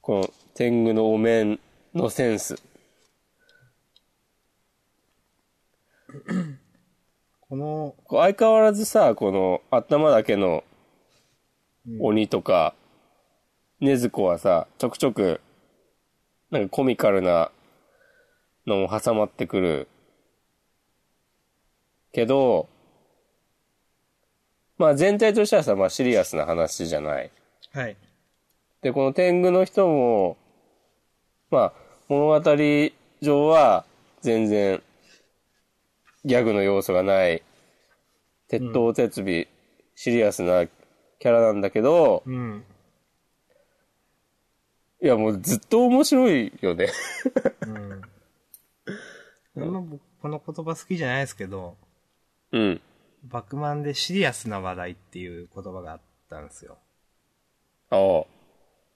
この天狗のお面のセンス。
この、
こう相変わらずさ、この頭だけの鬼とか、禰豆子はさ、ちょくちょく、なんかコミカルなのも挟まってくる。けど、まあ全体としてはさ、まあシリアスな話じゃない。
はい。
で、この天狗の人も、まあ、物語上は全然ギャグの要素がない、鉄塔鉄尾、シリアスなキャラなんだけど、
うん。
いやもうずっと面白いよね。
うん。あんま僕、この言葉好きじゃないですけど、
うん。
バックマンでシリアスな話題っていう言葉があったんですよ。
あ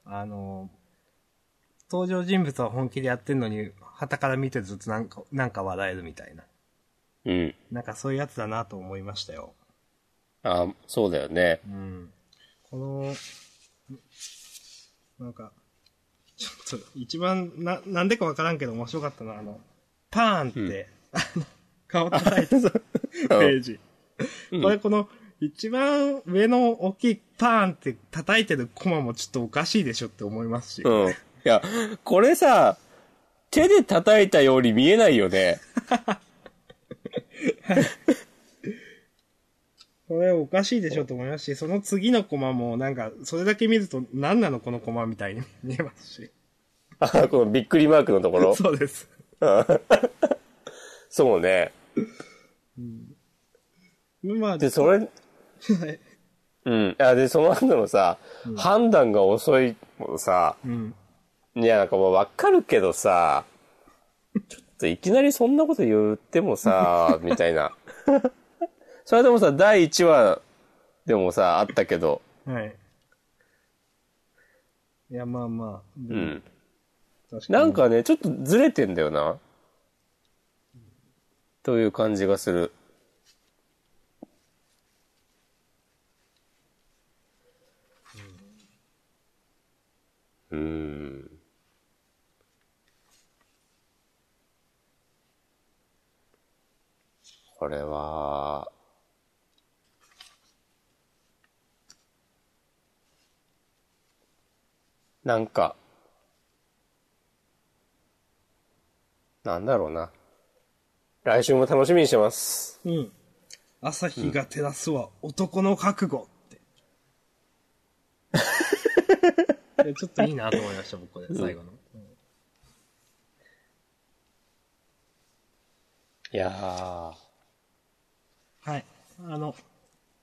あ。
あの、登場人物は本気でやってんのに、旗から見てるとなんか、なんか笑えるみたいな。
うん。
なんかそういうやつだなと思いましたよ。
ああ、そうだよね。
うん。この、なんか、ちょっと、一番、な、なんでかわからんけど面白かったのは、あの、パーンって、あの、顔叩い てたページ。これこの、一番上の大きいパーンって叩いてるコマもちょっとおかしいでしょって思いますし。
うん。いや、これさ、手で叩いたように見えないよね。
これおかしいでしょと思いますし、その次のコマもなんか、それだけ見ると何なのこのコマみたいに 見えますし。
あ あ、このびっくりマークのところ。
そうです。
そうね。
まあ、
で、それ、
はい
うん。あで、その後のさ、判断が遅いもさ、
うん。
いや、なんかもうわかるけどさ、ちょっといきなりそんなこと言ってもさ、みたいな。それでもさ、第1話でもさ、あったけど、
はい。いや、まあまあ、
う
でも
ん。
確かに。
なんかね、ちょっとずれてんだよな。という感じがする。うーん。これは、なんか、なんだろうな。来週も楽しみにしてます。
うん。朝日が照らすは男の覚悟って。いやちょっといいなと思いました、僕これ、最後の。
いやー。
はい。あの、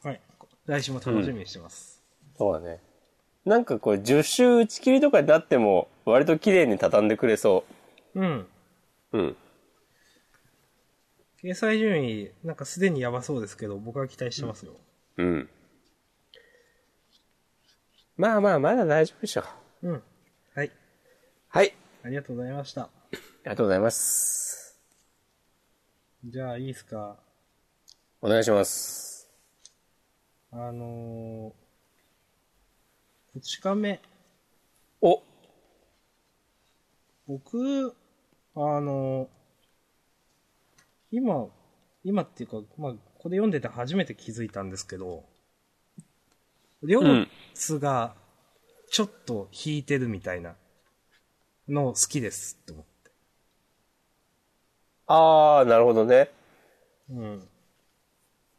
はい。来週も楽しみにしてます。
そうだね。なんかこう、10周打ち切りとかになっても、割と綺麗に畳んでくれそ
うん。
う。うん。
掲載順位、なんかすでにやばそうですけど、僕は期待してますよ。
うん。まあまあ、まだ大丈夫でしょう。
うん。はい。
はい。
ありがとうございました。
ありがとうございます。
じゃあ、いいですか。
お願いします。
あのー、こち亀。
お
僕、あの、今、今っていうか、まあ、ここで読んでて初めて気づいたんですけど、両津がちょっと引いてるみたいなの好きですって思って。
あー、なるほどね。
うん。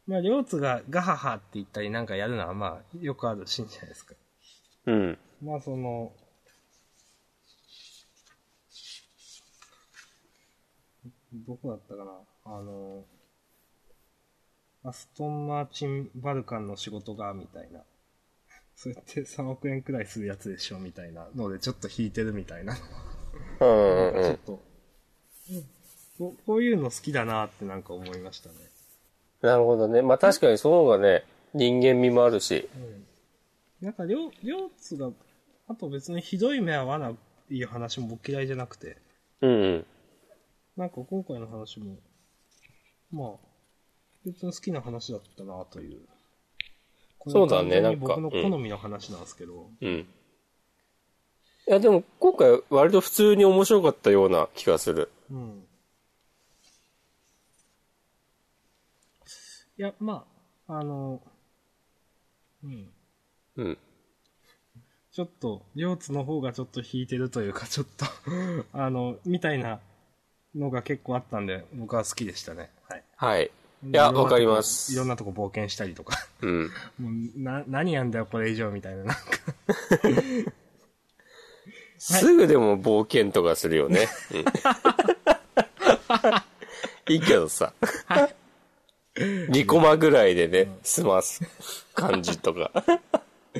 まあ、両津がガハハって言ったりなんかやるのはまあ、よくあるシーンじゃないですか。
うん。
まあその、どこだったかなあの、アストン・マーチン・バルカンの仕事が、みたいな。それって3億円くらいするやつでしょ、みたいなので、ちょっと引いてるみたいな。
うん
なん
うん
か
う
ちょっ
ん。
と、うんこうこういうの好きだなってなんか思いましたね。
なるほどね。まあ確かにその方がね、人間味もあるし。
なんか、両、両津が、あと別にひどい目はわない話も僕嫌いじゃなくて。
うんうん。
なんか今回の話も、まあ、別に好きな話だったなという。
そうだね
これは
なん
完
か
全に僕の好みの話なんですけど。
うん。いや、でも今回割と普通に面白かったような気がする。
うん。いや、まあ、あの、うん。
うん。
ちょっと、両津の方がちょっと引いてるというか、 ちょっと、あの、みたいなのが結構あったんで、僕は好きでしたね。はい。
はい。い
い
や、わかります
い。ろんなとこ冒険したりとか。
うん。
もうな、何やんだよ、これ以上、みたいな。なんか、
すぐでも冒険とかするよね。うん いいけどさ。2コマぐらいでね、済ます感じとか。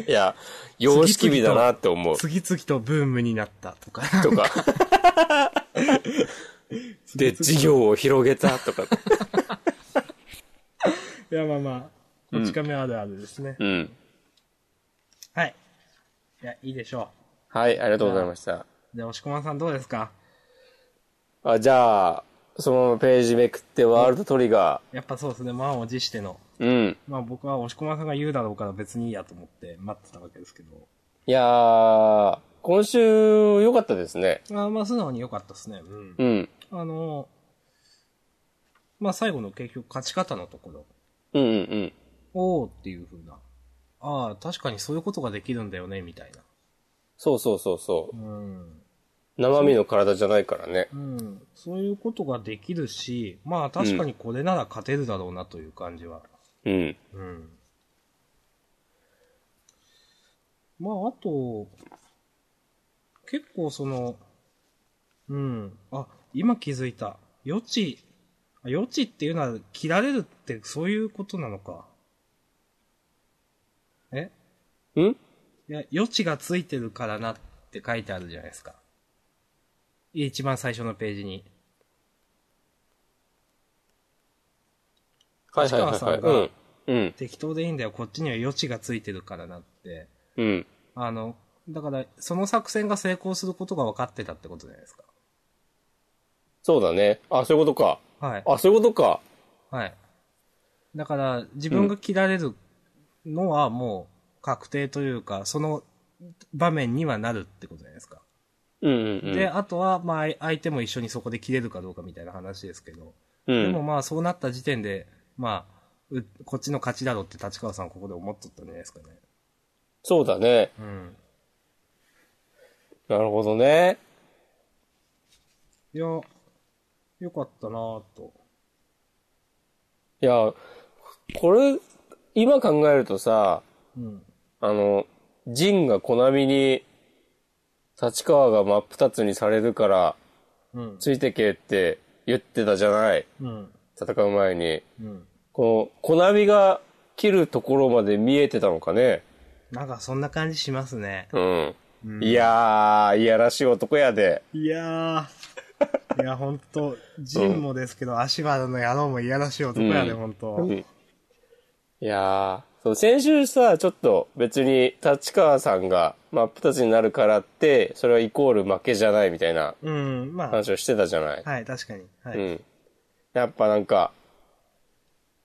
いや、様式美だなって思う。
次々とブームになったとか。
とか。 で、事業を広げたとか。
いや、まあまあ、こち亀あるあるですね。
うん。
はい。いや、いいでしょ
はい、ありがとうございました。
う。で、押し込まさんどうですか
あじゃあ、そのままページめくってワールドトリガ
やっぱそうですね、満を持しての。
ー。うん。
まあ僕は押し込まさんが言うだろうから別にいいやと思って待ってたわけですけど。
いやー、今週良かったですね。
あーまあ素直に良かったですね。うん。
うん。
あのーまあ最後の結局勝ち方のところ。
うんうんうん。
おーっていう風な。ああ、確かにそういうことができるんだよね、みたいな。
そうそうそうそう。
うん。
生身の体じゃないからね。
うん、そういうことができるし、まあ確かにこれなら勝てるだろうなという感じは。
うん。
うん。まああと、結構その、うん、あ、今気づいた。余地、あ余地っていうのは切られるってそういうことなのか。え
ん
いや、余地がついてるからなって書いてあるじゃないですか。一番最初のページに。
はいはいはい
立川さ
はい。
んが
うん。うん。
適当でいいんだよ、こっちには余地がついてるからなって。
うん。
あの、だから、その作戦が成功することが分かってたってことじゃないですか。
そうだね。あ、そういうことか。
はい。
あ、そういうことか。
はい。だから、自分が切られるのはもう確定というか、その場面にはなるってことじゃないですか。
うんうんうん。
で、あとは、まあ、相手も一緒にそこで切れるかどうかみたいな話ですけど。
う
でも
ん。
まあ、そうなった時点で、まあ、うこっちの勝ちだろって立川さんここで思っとったんじゃないですかね。
そうだね。
うん。
なるほどね。
いや、よかったなぁと。
いや、これ、今考えるとさ、
うん。
あの、ジンがコナミに、立川が真っ二つにされるから、
うん。
ついてけって言ってたじゃない。
うん。
戦う前に。
うん。
この、コナミが切るところまで見えてたのかね。
なんかそんな感じしますね。
うん。いやー、いやらしい男やで。
いやいや、ほんと、ジンもですけど、足原の野郎もいやらしい男やで、
うん
ほんと。
いやー、そう、先週さ、ちょっと別に立川さんが真っ二つになるからって、それはイコール負けじゃないみたいな
うん、まあ、
話をしてたじゃない。
はい、確かに。は
う
い。
ん。やっぱなんか、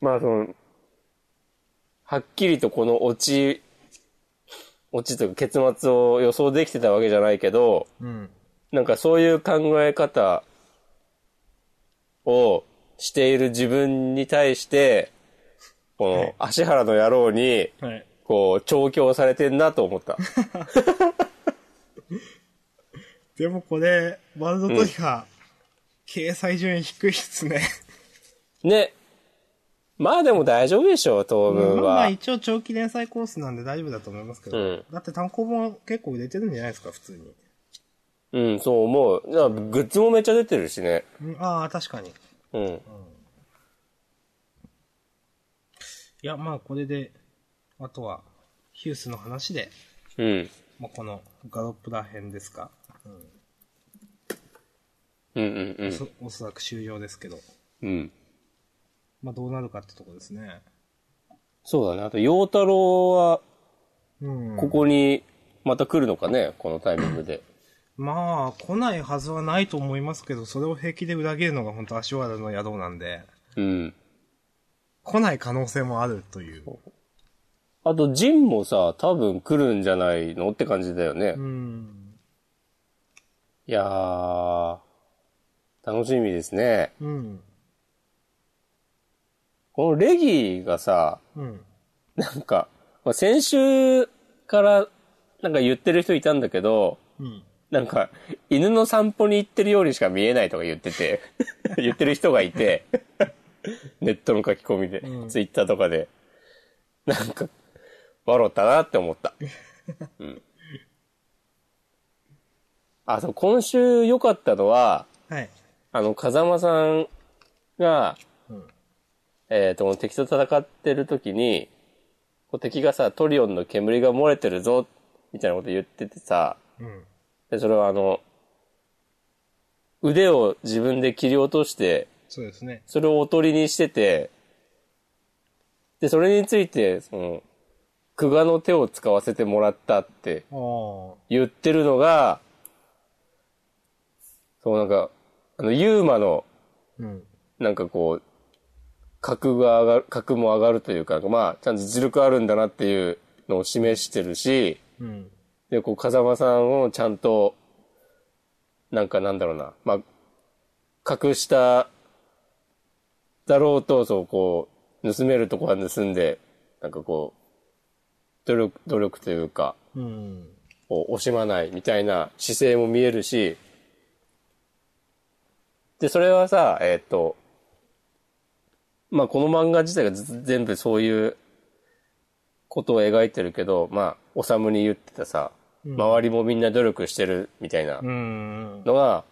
まあその、はっきりとこの落ち、落ちというか結末を予想できてたわけじゃないけど、
うん。
なんかそういう考え方をしている自分に対して、この足原の野郎に、
はい。
こう、調教されてんなと 思った。
でもこれ、ワールドトリガー、掲載順位低いっすね。
ね。まあでも大丈夫でしょう、当分
まあまあ
は。
一応長期連載コースなんで大丈夫だと思いますけど。
うん
だって単行本結構出てるんじゃないですか、普通に。
うん、そう思う。だからグッズもめっちゃ出てるしね。
うん、ああ、確かに。い
うん。
や、まあこれで、あとは、ヒュースの話で、
うん。
まあ、このガロップら編ですか。
うんうんうん。
そおそらく終了ですけど。
うん。
まあどうなるかってとこですね。
そうだね。あと、陽太郎は、
うん。
ここに、また来るのかね、このタイミングで。
まあ、来ないはずはないと思いますけど、それを平気で裏切るのが本当足原の野郎なんで、
うん。
来ない可能性もあるという。
あと、ジンもさ、多分来るんじゃないのって感じだよね。
うん。
いやー、楽しみですね。
うん。
このレギーがさ、
うん。
なんか、まあ、先週からなんか言ってる人いたんだけど、
うん。
なんか、犬の散歩に行ってるようにしか見えないとか言って て、言ってる人がいて、ネットの書き込みで、
うん
ツイッターとかで、なんか、笑ったなって思った。うん。あ、そう、今週良かったのは、
はい。
あの、風間さんが、
うん
えっ、と、敵と戦ってる時に、こう敵がさ、トリオンの煙が漏れてるぞ、みたいなこと言っててさ、
うん。
で、それはあの、腕を自分で切り落として、
そうですね。
それをおとりにしてて、で、それについて、その、久我の手を使わせてもらったって
ああ。
言ってるのが、そうなんか、あの、ユーマの
うん。
なんかこう、格が上がる、格も上がるというか、まあ、ちゃんと実力あるんだなっていうのを示してるし、
うん。
で、こう、風間さんをちゃんと、なんかなんだろうな、まあ、隠した、だろうと、そう、こう、盗めるとこは盗んで、なんかこう、努力、努力というか、
うん。
を惜しまないみたいな姿勢も見えるし、で、それはさ、えーっ、と、まあ、この漫画自体がず全部そういうことを描いてるけど、まあ、おさむに言ってたさ、周りもみんな努力してるみたいな
うん。
のが、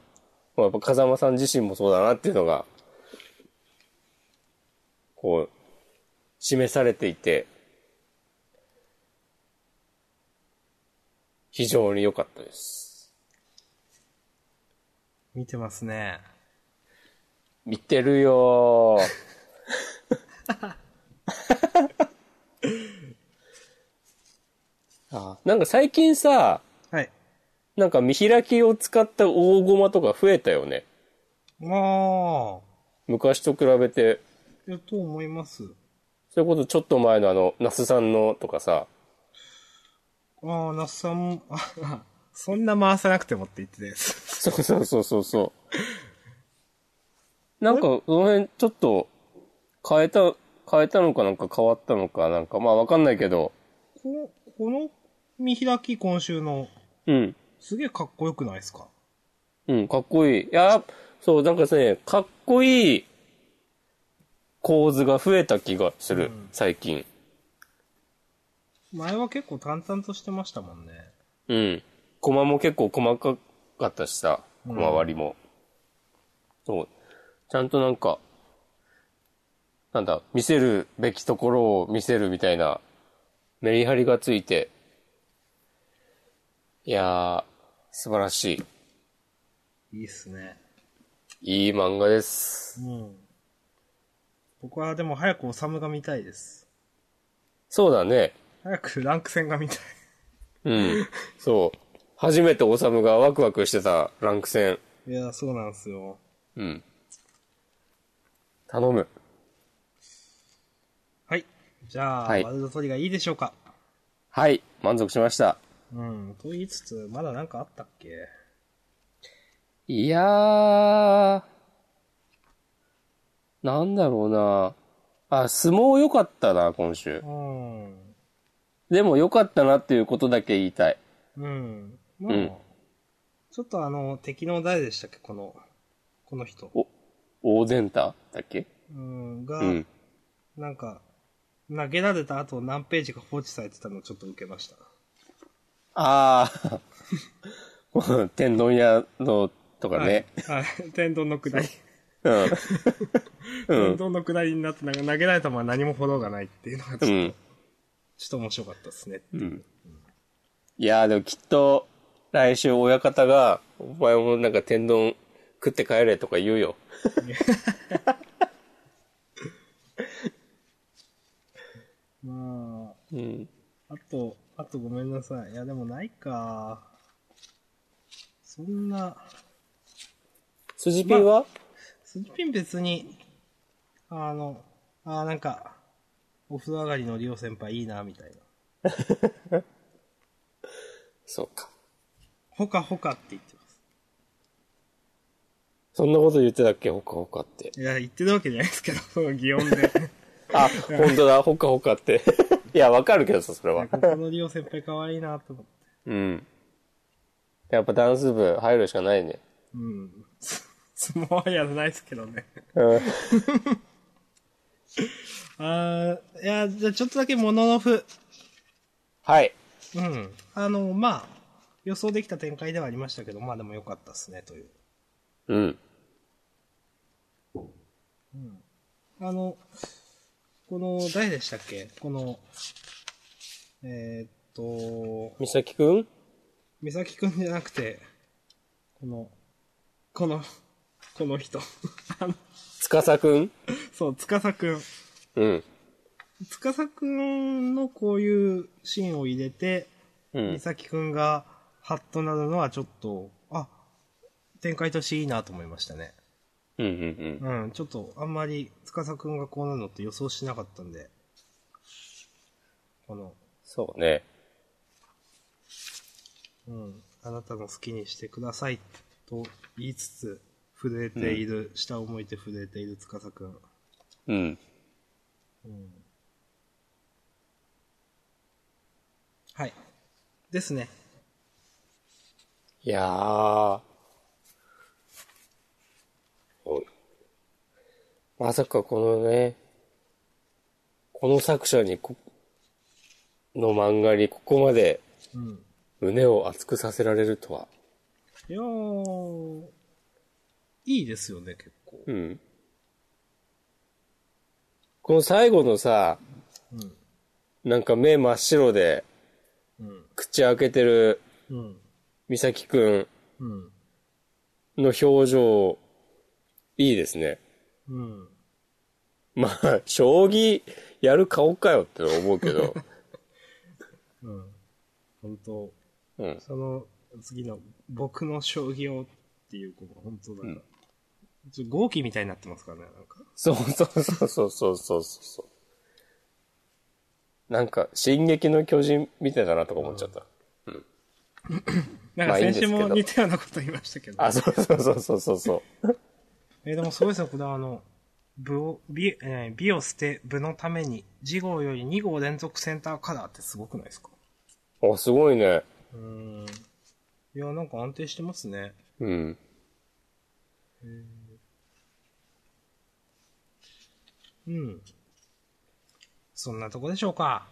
まあ、やっぱ風間さん自身もそうだなっていうのが、こう、示されていて、非常に良かったです。
見てますね。
見てるよーあなんか最近さ、
はい。
なんか見開きを使った大駒とか増えたよね。
まあ、
昔と比べて。
やと思います。
それこそちょっと前のあの、那須さんのとかさ、
ああ、那須さんも、 あそんな回さなくてもって言ってたやつ。
そうそうそうそうそう。 なんか、その辺ちょっと変えた、変えたのかなんか変わったのかなんか、まあわかんないけど、
ここの見開き今週の、
うん、
すげえかっこよくないですか
うん、かっこいい。いや、そう、なんかね、かっこいい構図が増えた気がする、最近。
前は結構淡々としてましたもんね。
うん。コマも結構細かかったしさ、コマ割りも。そう。ちゃんとなんか、なんだ、見せるべきところを見せるみたいな、メリハリがついて、いやー、素晴らしい。
いいっすね。
いい漫画です。
うん。僕はでも早くおさむが見たいです。
そうだね。
早くランク戦が見たい。
うん。そう。初めてオサムがワクワクしてたランク戦。
いや、そうなんですよ。
うん。頼む。
はい。じゃあ、
はい
ワールドトリガーいいでしょうか。
はい。満足しました。
うん。と言いつつ、まだなんかあったっけ
いやー。なんだろうな。あ、相撲良かったな、今週
う。ん。
でも良かったなっていうことだけ言いたい。
うん。まあ、
うん
ちょっとあの、敵の誰でしたっけこの、この人。
お、オーデンタだっけ
うん。が、
うん。
なんか、投げられた後何ページか放置されてたのをちょっと受けました。
あーこの。 天丼屋のとかね。
はい。天丼の下り。
うん。
天丼の下りになって、なんか投げられたまま何もフォローがないっていうのがちょっと、
うん。
ちょっと面白かったですね。
うん。いやーでもきっと、来週親方が、お前もなんか天丼食って帰れとか言うよ。
まあ、
うん。
あと、あとごめんなさい。いや、でもないか。そんな、
筋ピンは、
スジピン別に、あの、あーなんか、お風呂上がりのリオ先輩いいな、みたいな。
そうか。
ほかほかって言ってます。
そんなこと言ってたっけほかほかって。
いや、言ってるわけじゃないですけど、 その擬音で。
あ、本当だ、ほかほかって。 いや、わかるけどさ、それは
こ。このリオ先輩可愛いな、と思って。
うん。やっぱダンス部入るしかないね。
うん。相撲はやらないですけどね。
うん。
あーいや、じゃあちょっとだけモノノフ。
はい。
うん。あの、まあ、予想できた展開ではありましたけど、まあでも良かったですね、という。
うん。
あの、この、誰でしたっけこの、えーっと、
みさきくん
美咲くんじゃなくて、この、この、この人。 あの、
つかさくん
そう、つかさくん。
うん。
つかさくんのこういうシーンを入れて、
う
美
ん。
咲くんがハッとなるのはちょっと、あ、展開としていいなと思いましたね。
うんうんうん。
うん、ちょっとあんまり司くんがこうなるのって予想しなかったんで、この、
そうね。
うん、あなたの好きにしてくださいと言いつつ、震えている、下を向いて震えている司くん。
うん。
はい。ですね。
いやー。おいまさかこのね、この作者にこ、の漫画にここまで
うん。
胸を熱くさせられるとは。
いやー、いいですよね、結構。
うん。この最後のさ、
うん。
なんか目真っ白で
うん。
口開けてる
うん。
美咲く
うん。
んの表情、いいですね。
うん。
まあ、将棋やる顔かよって思うけ ど。
うん。本当
うん。
その次の、僕の将棋をっていう子が本当なんか、ちょっと豪気みたいになってますからね、なんか。
そうそうそうそうそうそうそう。なんか、進撃の巨人見てたなとか思っちゃった。
なん
ま
か
あいいん
先
ですけ
週
ど
も似たようなこと言いましたけど。
あ、そうそうそうそうそうそう。
えーでもそうですね、これはあの、部を、美、えー美を捨て、部のために、次号より2号連続センターカラーってすごくないですか
あ、すごいね。
うーん。いや、なんか安定してますね。
うん。
うん。そんなとこでしょうか。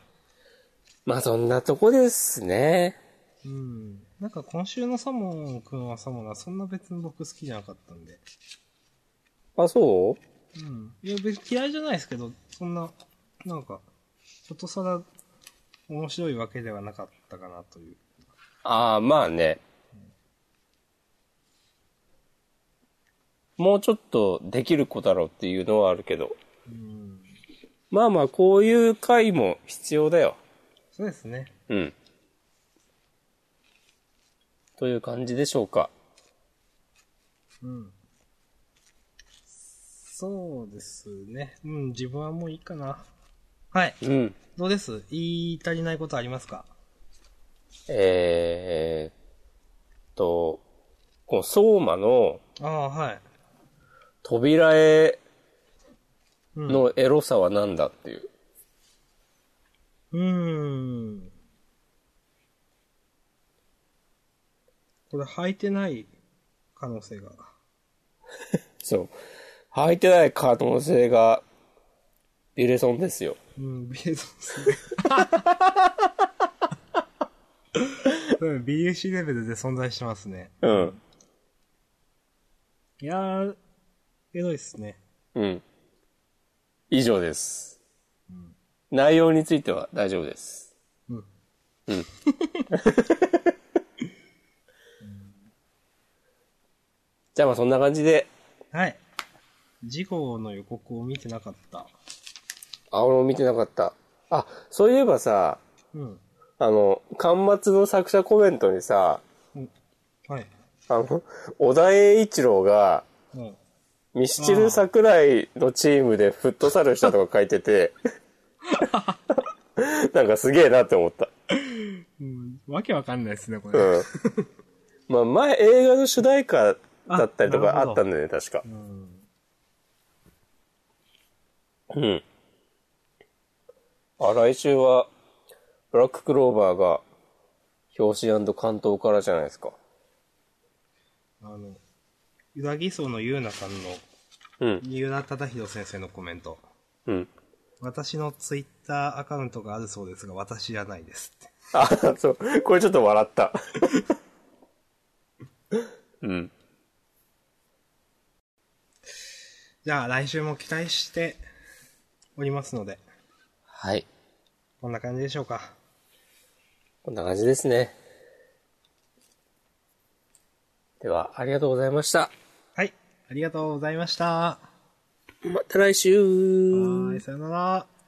まあ、そんなとこですね。
うん。なんか今週のサモン君はサモンはそんな別に僕好きじゃなかったんで。
あ、そう
うん。いや、別に嫌いじゃないですけど、そんな、なんか、ことさら面白いわけではなかったかなという。
ああ、まあね。もうちょっとできる子だろうっていうのはあるけど。まあまあ、こういう回も必要だよ。
そうですね。
うん。という感じでしょうか。
そうですね。うん、自分はもういいかな。はい。
うん。
どうです言い足りないことありますか
えー、と、この相馬の
ああ、はい。
扉絵
うん。う
のエロさは何だっていう。
ーん。これ履いてない可能性が。
そう。履いてない可能性が、ビレソンですよ。
うん、ビレゾンですね。 うん、BUC レベルで存在してますね。
うん。
いやー、エロいっすね。
うん。以上です。内容については大丈夫です。
うん。
うん。じゃあまあそんな感じで、
はい。事故の予告を見てなかった。
あ、俺も見てなかった。あ、そういえばさ、
うん。
あの、端末の作者コメントにさ、
はい。
あの、小田栄一郎が、
うん。
ミスチル桜井のチームでフットサルしたとか書いて て、なんかすげえなって思った。
うん、わけわかんないですね、これ。
うん。まあ前映画の主題歌だったりとか
あなる
あ
ほど
ったんだよね、確か。うん。あ、来週は、ブラッククローバーが、表紙関東からじゃないですか。
あの、ゆらぎそうのゆうなさんの、
うん。
ゆらたたひろ先生のコメント。
うん。
私のツイッターアカウントがあるそうですが、私じゃないですって。
あ、そう。これちょっと笑った。 うん。
じゃあ、来週も期待しておりますので、
はい。
こんな感じでしょうか。
こんな感じですね。では、ありがとうございました。
はい。ありがとうございました。は
また来週
ーい、さよなら。